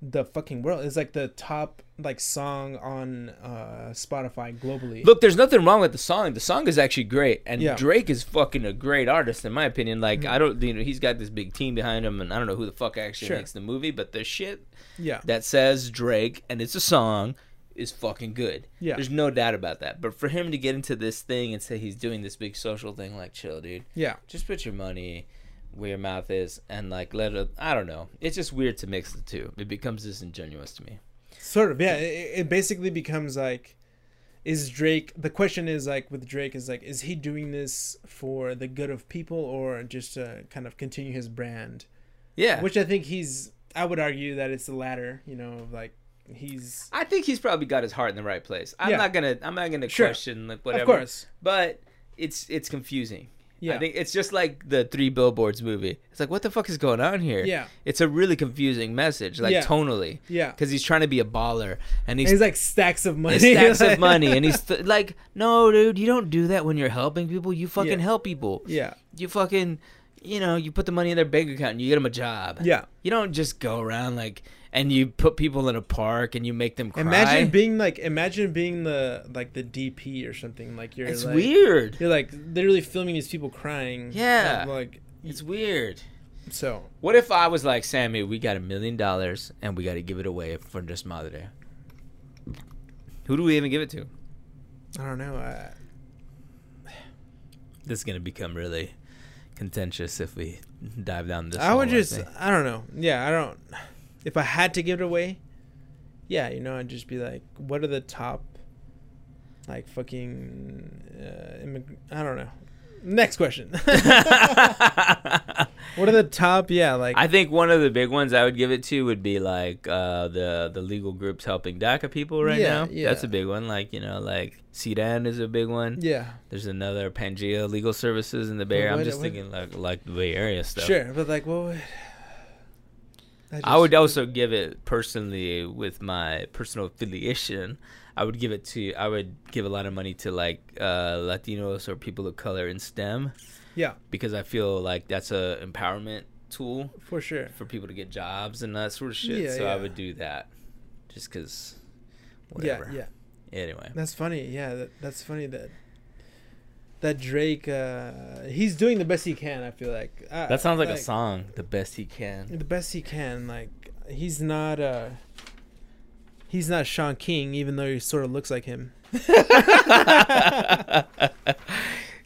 B: the fucking world. It's like the top like song on uh, Spotify globally.
A: Look, there's nothing wrong with the song. The song is actually great, and
B: Yeah.
A: Drake is fucking a great artist, in my opinion. Like,
B: Mhm.
A: I don't, you know, he's got this big team behind him, and I don't know who the fuck actually
B: Sure.
A: makes the movie, but the shit
B: yeah,
A: that says Drake and it's a song is fucking good.
B: Yeah.
A: there's no doubt about that. But for him to get into this thing and say he's doing this big social thing, like, chill, dude.
B: yeah,
A: Just put your money where your mouth is, and like, let it. I don't know. It's just weird to mix the two. It becomes disingenuous to me.
B: sort of. Yeah, it, it basically becomes like, is Drake? The question is like with Drake is like, is he doing this for the good of people or just to kind of continue his brand?
A: Yeah,
B: Which I think he's. I would argue that it's the latter. You know, of, like he's
A: I think he's probably got his heart in the right place. I'm
B: Yeah.
A: not gonna I'm not gonna
B: Sure.
A: question like whatever.
B: of course.
A: But it's it's confusing.
B: Yeah.
A: I think it's just like the Three Billboards movie. It's like what the fuck is going on here?
B: yeah,
A: It's a really confusing message, like
B: Yeah.
A: tonally,
B: yeah.
A: because he's trying to be a baller and
B: And
A: he's,
B: he's like stacks of money.
A: stacks
B: like-
A: of money and he's th- like, no, dude, you don't do that when you're helping people. You fucking
B: Yeah.
A: help people.
B: yeah,
A: You fucking, you know, you put the money in their bank account and you get them a job.
B: yeah.
A: You don't just go around like and you put people in a park and you make them cry.
B: Imagine being like, imagine being the like the DP or something. Like you're
A: it's
B: like,
A: weird.
B: You're like literally filming these people crying.
A: Yeah.
B: Of, like
A: It's weird.
B: so.
A: What if I was like, Sammy, we got a million dollars and we got to give it away for just Mother Day? Who do we even give it to?
B: I don't know. I,
A: This is going to become really contentious if we dive down this.
B: I would
A: whole
B: just.
A: thing.
B: I don't know. Yeah, I don't. If I had to give it away, yeah, you know, I'd just be like, what are the top, like fucking, uh, immig- I don't know. Next question. what are the top? Yeah, like
A: I think one of the big ones I would give it to would be like uh, the the legal groups helping DACA people right
B: Yeah,
A: now.
B: yeah.
A: That's a big one. Like you know, like Sudan is a big one.
B: yeah,
A: There's another Pangea Legal Services in the Bay Area. I'm
B: What-
A: just
B: what-
A: thinking like like the Bay Area stuff.
B: sure, but like, what would?
A: I would also give it personally with my personal affiliation. I would give it to I would give a lot of money to like uh, Latinos or people of color in STEM
B: Yeah,
A: because I feel like that's a empowerment tool
B: for sure.
A: for people to get jobs and that sort of shit.
B: Yeah,
A: so I
B: yeah.
A: would do that just because.
B: Yeah,
A: Whatever.
B: yeah.
A: Anyway.
B: That's funny. Yeah, that, that's funny that that Drake uh he's doing the best he can, I feel like. Uh,
A: That sounds like, a song. The best he can.
B: The best he can, like he's not uh he's not Sean King even though he sort of looks like him.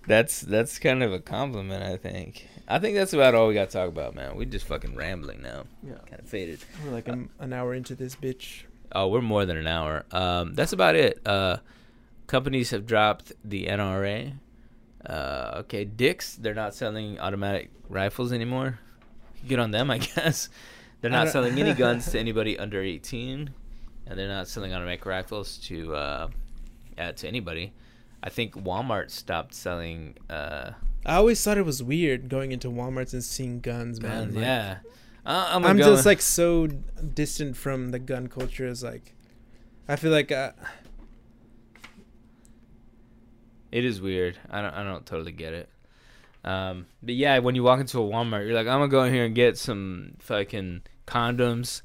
A: that's that's kind of a compliment, I think. I think that's about all we got to talk about, man. We just fucking rambling now.
B: Yeah.
A: Kind of faded.
B: We're like an-
A: Uh,
B: an hour into this bitch.
A: Oh, we're more than an hour. Um, that's about it. Uh, companies have dropped the NRA. Uh, okay, Dicks, they're not selling automatic rifles anymore. Good on them, I guess. They're
B: I
A: not
B: don't-
A: selling any guns to anybody under 18, and they're not selling automatic rifles to uh, uh, to anybody. I think Walmart stopped selling uh,
B: I always thought it was weird going into Walmarts and seeing guns, man.
A: guns.
B: Like,
A: yeah, uh, I'm,
B: I'm
A: going-
B: just like so distant from the gun culture. Is like, I feel like uh,
A: It is weird. I don't I don't totally get it. Um, but yeah, when you walk into a Walmart, you're like, I'm gonna go in here and get some fucking condoms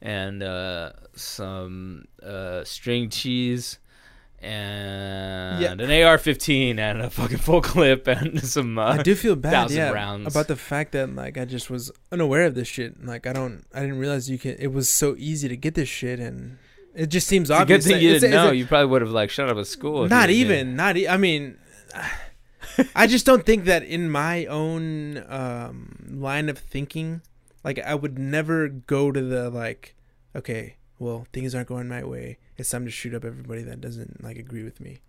A: and uh, some uh, string cheese and
B: Yeah.
A: an AR-15 and a fucking full clip and some. Uh,
B: I do feel bad,
A: 1,000
B: yeah,
A: rounds.
B: about the fact that like I just was unaware of this shit. Like I don't, I didn't realize you can. It was so easy to get this shit, and it just seems
A: It's a good
B: obvious.
A: thing
B: that
A: you
B: it's-
A: didn't
B: it's
A: know.
B: a-
A: you probably would have like shut up at school. if you
B: not
A: didn't.
B: even, not. E- I mean, I just don't think that in my own um, line of thinking, like I would never go to the like, okay, well things aren't going my way. It's time to shoot up everybody that doesn't like agree with me.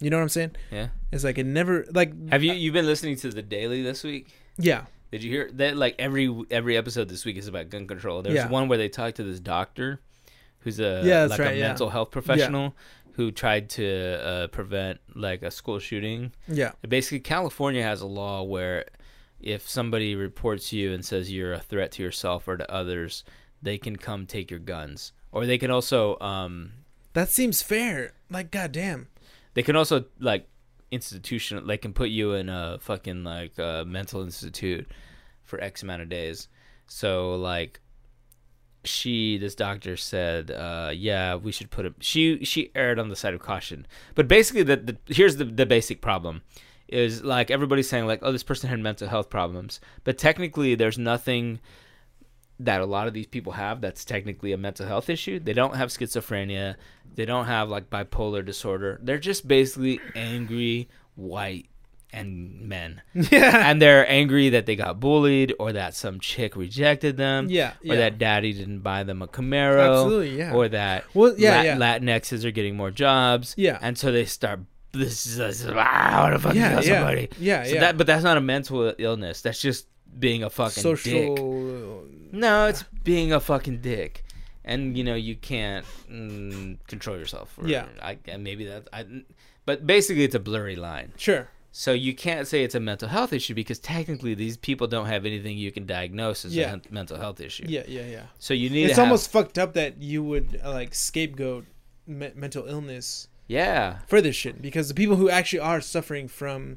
B: You know what I'm saying?
A: Yeah.
B: It's like it never like
A: Have you you been listening to the Daily this week?
B: yeah
A: Did you hear that? Like every every episode this week is about gun control. There's
B: Yeah.
A: one where they talk to this doctor, who's a
B: Yeah, that's
A: like
B: right,
A: a
B: yeah.
A: mental health professional who tried to uh, prevent like a school shooting.
B: yeah
A: Basically, California has a law where if somebody reports you and says you're a threat to yourself or to others, they can come take your guns, or they can also um,
B: that seems fair. Like goddamn.
A: they can also like institutional they can put you in a fucking like uh, mental institute for x amount of days so like she this doctor said uh yeah we should put it she she erred on the side of caution but basically the, the here's the, the basic problem is like everybody's saying like oh this person had mental health problems but technically there's nothing that a lot of these people have that's technically a mental health issue they don't have schizophrenia they don't have like bipolar disorder they're just basically angry white and men
B: Yeah.
A: and they're angry that they got bullied or that some chick rejected them
B: Yeah,
A: or
B: yeah.
A: that daddy didn't buy them a Camaro
B: Absolutely, yeah.
A: or that
B: Well, yeah,
A: Lat-
B: yeah.
A: Latinxes are getting more jobs
B: Yeah.
A: and so they start this is this is- ah, I want to fucking
B: Yeah,
A: kill
B: yeah.
A: somebody
B: Yeah,
A: so
B: yeah.
A: That, but that's not a mental illness that's just being a fucking dick
B: Social.
A: no it's being a fucking dick and you know you can't mm, control yourself or,
B: Yeah.
A: I, and maybe that I but basically it's a blurry line
B: Sure.
A: so you can't say it's a mental health issue because technically these people don't have anything you can diagnose as
B: Yeah.
A: a hen- mental health issue.
B: Yeah, yeah, yeah.
A: So you need
B: It's
A: to have-
B: almost fucked up that you would uh, like scapegoat me- mental illness
A: yeah.
B: for this shit because the people who actually are suffering from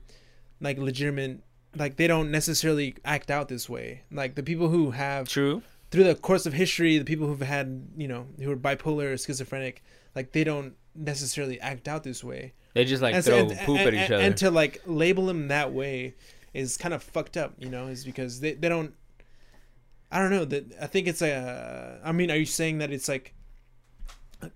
B: like legitimate like they don't necessarily act out this way. Like the people who have
A: True.
B: through the course of history, the people who've had, you know, who are bipolar or schizophrenic, like they don't necessarily act out this way.
A: They just like
B: And so-
A: throw
B: and-
A: poop at
B: and-
A: each
B: and-
A: other.
B: And to like label them that way is kind of fucked up, you know, is because they, they don't. I don't know. That I think it's a. I mean, are you saying that it's like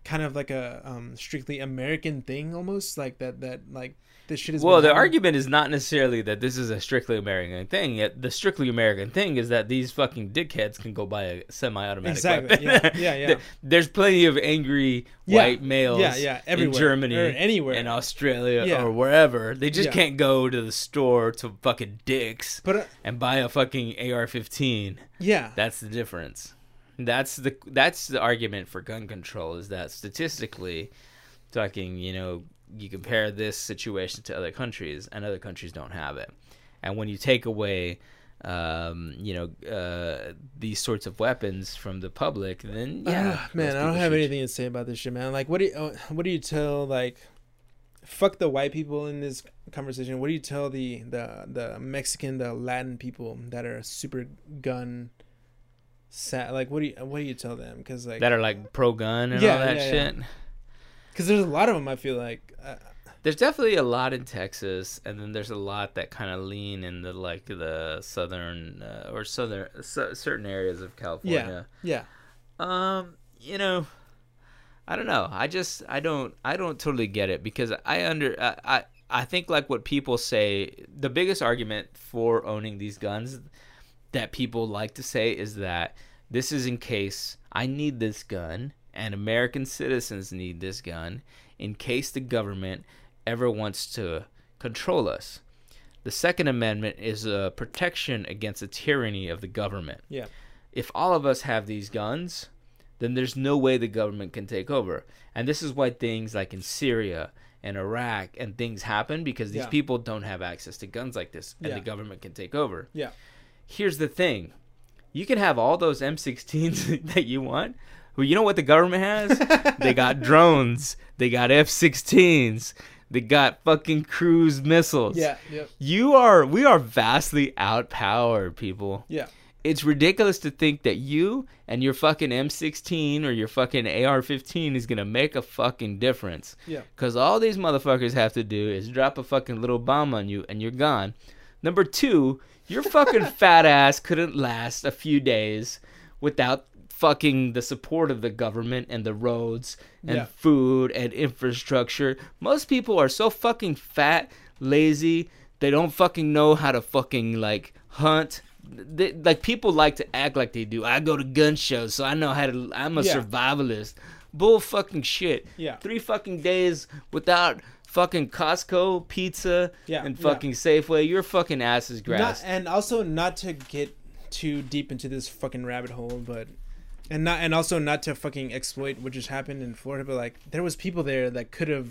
B: kind of like a um, strictly American thing almost? Like that, that, like this shit is.
A: well, the argument is not necessarily that this is a strictly American thing. Yet the strictly American thing is that these fucking dickheads can go buy a semi-automatic
B: Exactly,
A: weapon.
B: yeah, yeah,
A: There-
B: yeah.
A: There's plenty of angry
B: Yeah,
A: white males
B: yeah, yeah,
A: in
B: everywhere,
A: Germany
B: or anywhere.
A: in Australia
B: Yeah.
A: or wherever. They just
B: Yeah.
A: can't go to the store to fucking dicks
B: But uh,
A: and buy a fucking AR-15.
B: yeah,
A: That's the difference. That's the that's the argument for gun control is that statistically, talking you know you compare this situation to other countries and other countries don't have it, and when you take away, um, you know, uh, these sorts of weapons from the public, then yeah,
B: Ah, man,
A: most
B: I don't
A: people
B: have
A: should-
B: anything to say about this shit, man. Like, what do you, uh, what do you tell like, fuck the white people in this conversation? What do you tell the the the Mexican, the Latin people that are super gun, sad? Like, what do you what do you tell them? Because like,
A: That are like pro gun and
B: Yeah,
A: all that
B: yeah, yeah.
A: shit.
B: because there's a lot of them. I feel like, uh,
A: There's definitely a lot in Texas, and then there's a lot that kind of lean in the like the southern uh, or southern so, certain areas of
B: yeah,
A: California.
B: yeah,
A: Um, you know, I don't know. I just I don't I don't totally get it because I under I I, I think like what people say the biggest argument for owning these guns that people like to say is that this is in case I need this gun and American citizens need this gun in case the government ever wants to control us. The Second Amendment is a protection against the tyranny of the government
B: yeah,
A: if all of us have these guns, then there's no way the government can take over. And this is why things like in Syria and Iraq and things happen because these
B: Yeah.
A: people don't have access to guns like this and
B: Yeah.
A: the government can take over.
B: yeah,
A: Here's the thing. You can have all those M16s that you want. Well, you know what the government has? they got drones. They got F16s. They got fucking cruise missiles.
B: yeah, yep,
A: You are we are vastly outpowered, people
B: yeah,
A: it's ridiculous to think that you and your fucking M16 or your fucking AR15 is gonna make a fucking difference.
B: Yeah.
A: Cause all these motherfuckers have to do is drop a fucking little bomb on you and you're gone. Number two, your fucking fat ass couldn't last a few days without fucking the support of the government and the roads and
B: Yeah.
A: food and infrastructure. Most people are so fucking fat, lazy, they don't fucking know how to fucking like hunt. They, like people like to act like they do. I go to gun shows, so I know how to. I'm a
B: Yeah.
A: survivalist. Bull fucking shit.
B: Yeah.
A: Three fucking days without fucking Costco pizza
B: Yeah,
A: and
B: yeah.
A: fucking Safeway. Your fucking ass is
B: not,
A: grass.
B: and also not to get too deep into this fucking rabbit hole, but and not and also not to fucking exploit what just happened in Florida, but like there was people there that could have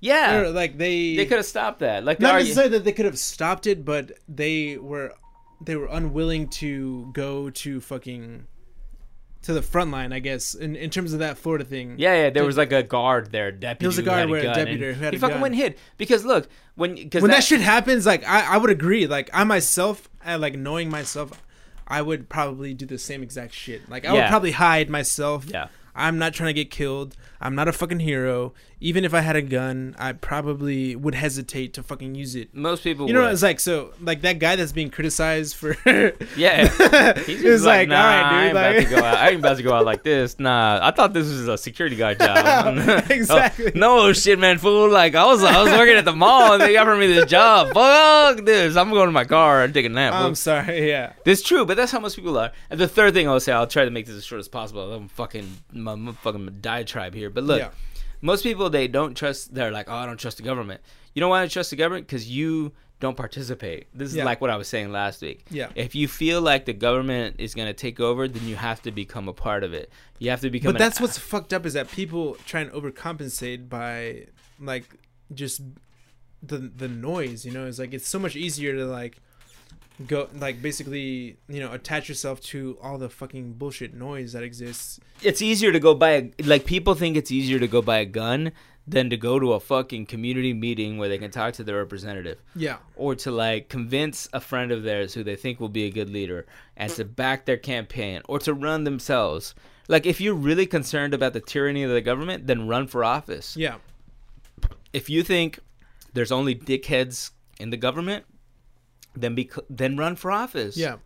A: yeah.
B: or, like they
A: they could have stopped that. Like,
B: not
A: are,
B: necessarily that they could have stopped it, but they were they were unwilling to go to fucking to the front line, I guess, in in terms of that Florida thing.
A: Yeah, yeah, there was like a guard there, deputy.
B: was a
A: who
B: guard
A: had
B: where a
A: gun,
B: deputy
A: and
B: who had
A: he
B: a
A: fucking
B: gun.
A: went and hid because look when because
B: When that, shit happens, like I, I would agree. Like I myself, I, like knowing myself, I would probably do the same exact shit. Like I would
A: Yeah.
B: probably hide myself.
A: Yeah.
B: I'm not trying to get killed. I'm not a fucking hero. Even if I had a gun, I probably would hesitate to fucking use it.
A: Most people.
B: You know,
A: would.
B: it's like so, like that guy that's being criticized for.
A: Yeah. He's
B: It's
A: just like,
B: like,
A: nah,
B: "All
A: I
B: right,
A: ain't
B: dude,
A: about
B: like-
A: to go out. I ain't about to go out like this. Nah, I thought this was a security guard job.
B: Exactly.
A: Oh, no shit, man, fool. Like I was, I was working at the mall and they offered me this job. Fuck this. I'm going to my car and taking a nap.
B: I'm sorry. Yeah.
A: That's true, but that's how most people are. And the third thing I'll say, I'll try to make this as short as possible. I'm fucking my, my fucking diatribe here. But look,
B: Yeah.
A: most people they don't trust. They're like, oh, I don't trust the government. You don't want to trust the government because you don't participate. This is
B: Yeah.
A: like what I was saying last week.
B: Yeah.
A: If you feel like the government is gonna take over, then you have to become a part of it. You have to become.
B: But
A: an-
B: that's what's fucked up is that people try and overcompensate by like just the the noise. You know, it's like it's so much easier to like go like basically you know attach yourself to all the fucking bullshit noise that exists.
A: it's easier to go buy a, like people think it's easier to go buy a gun than to go to a fucking community meeting where they can talk to their representative.
B: Yeah.
A: or to like convince a friend of theirs who they think will be a good leader and to back their campaign or to run themselves. Like if you're really concerned about the tyranny of the government, then run for office.
B: Yeah.
A: If you think there's only dickheads in the government, then bec- then run for office.
B: Yeah.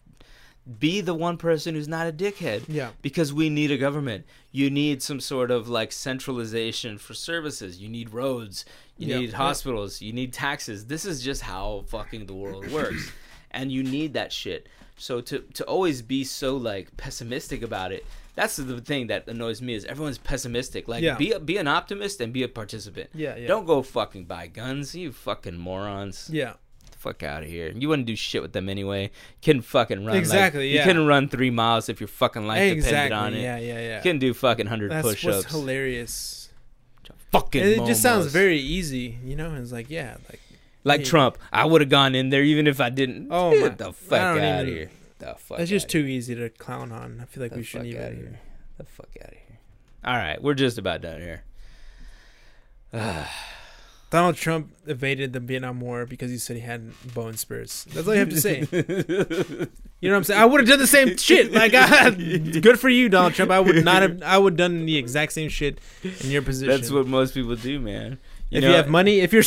A: Be the one person who's not a dickhead.
B: Yeah.
A: Because we need a government. You need some sort of like centralization for services. You need roads. You
B: Yeah.
A: need
B: Yeah.
A: hospitals. You need taxes. This is just how fucking the world works. and you need that shit. So to to always be so like pessimistic about it, that's the thing that annoys me is everyone's pessimistic. Like
B: Yeah.
A: be a, be an optimist and be a participant.
B: Yeah, yeah.
A: Don't go fucking buy guns, you fucking morons.
B: Yeah.
A: The fuck out of here. You wouldn't do shit with them anyway. Can fucking run.
B: Exactly,
A: Like,
B: yeah.
A: You couldn't run three miles if your fucking life depended on it.
B: Yeah. Yeah. Yeah.
A: You couldn't do fucking hundred
B: That's
A: push-ups.
B: what's hilarious.
A: Fucking.
B: And it just sounds
A: momos.
B: very easy, you know. It's like, yeah, like
A: like
B: Yeah.
A: Trump. I would have gone in there even if I didn't. Oh
B: Oh my-
A: Get the fuck
B: I
A: out
B: don't
A: of
B: even-
A: here. The fuck.
B: that's just
A: outta here.
B: too easy to clown on. I feel like
C: The
B: we shouldn't
C: fuck outta
B: even.
C: here. The fuck out of here.
A: All right, we're just about done here.
B: Donald Trump evaded the Vietnam War because he said he had bone spurs. That's all you have to say. you know what I'm saying? I would have done the same shit. Like, I, good for you, Donald Trump. I would not have. I would done the exact same shit in your position.
A: That's what most people do, man. You
B: if
A: know,
B: you have money, if you're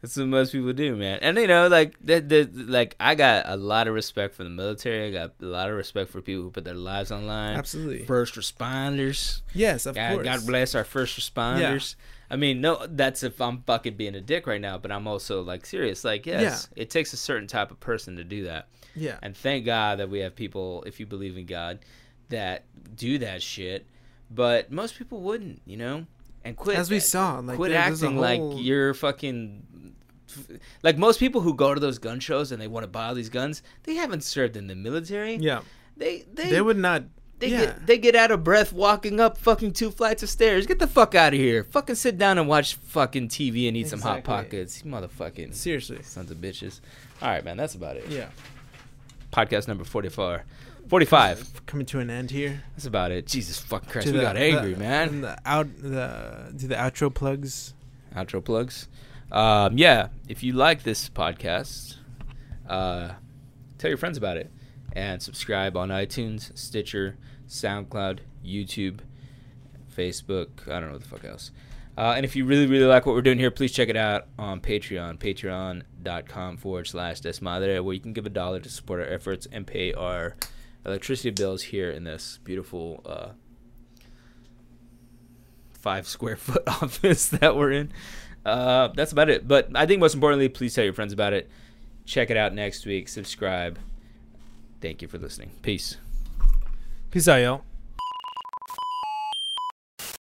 A: That's what most people do, man. And you know, like that, that, like I got a lot of respect for the military. I got a lot of respect for people who put their lives on line.
B: absolutely
A: First responders.
B: yes, of
A: God,
B: course.
A: God bless our first responders. I mean, no, that's if I'm fucking being a dick right now, but I'm also like serious. Like, yes, it takes a certain type of person to do that.
B: Yeah,
A: And thank God that we have people, if you believe in God, that do that shit. But most people wouldn't, you know? And quit.
B: as we saw, like
A: quit
B: there- there's a
A: acting like
B: whole-
A: you're fucking. Like most people who go to those gun shows and they want to buy all these guns, they haven't served in the military.
B: Yeah,
A: They, they,
B: they would not.
A: they
B: yeah,
A: get they get out of breath walking up fucking two flights of stairs. Get the fuck out of here. Fucking sit down and watch fucking TV and eat some hot
B: Exactly.
A: pockets. You motherfucking
B: seriously.
A: sons of bitches. All right, man, that's about it.
B: Yeah,
A: Podcast number 44. 45.
B: coming to an end here.
A: That's about it. Jesus fucking Christ.
B: To
A: we
B: the-
A: got angry,
B: the-
A: man.
B: and The out the do the outro plugs.
A: Outro plugs. Um, yeah, if you like this podcast, uh, tell your friends about it and subscribe on iTunes, Stitcher, SoundCloud, YouTube, Facebook. I don't know what the fuck else. Uh, and if you really, really like what we're doing here, please check it out on Patreon, patreon.com forward slash desmadre, where you can give a dollar to support our efforts and pay our electricity bills here in this beautiful uh, five square foot office that we're in. Uh, that's about it. But I think most importantly, please tell your friends about it. Check it out next week. Subscribe. Thank you for listening. Peace.
B: Peace out, y'all.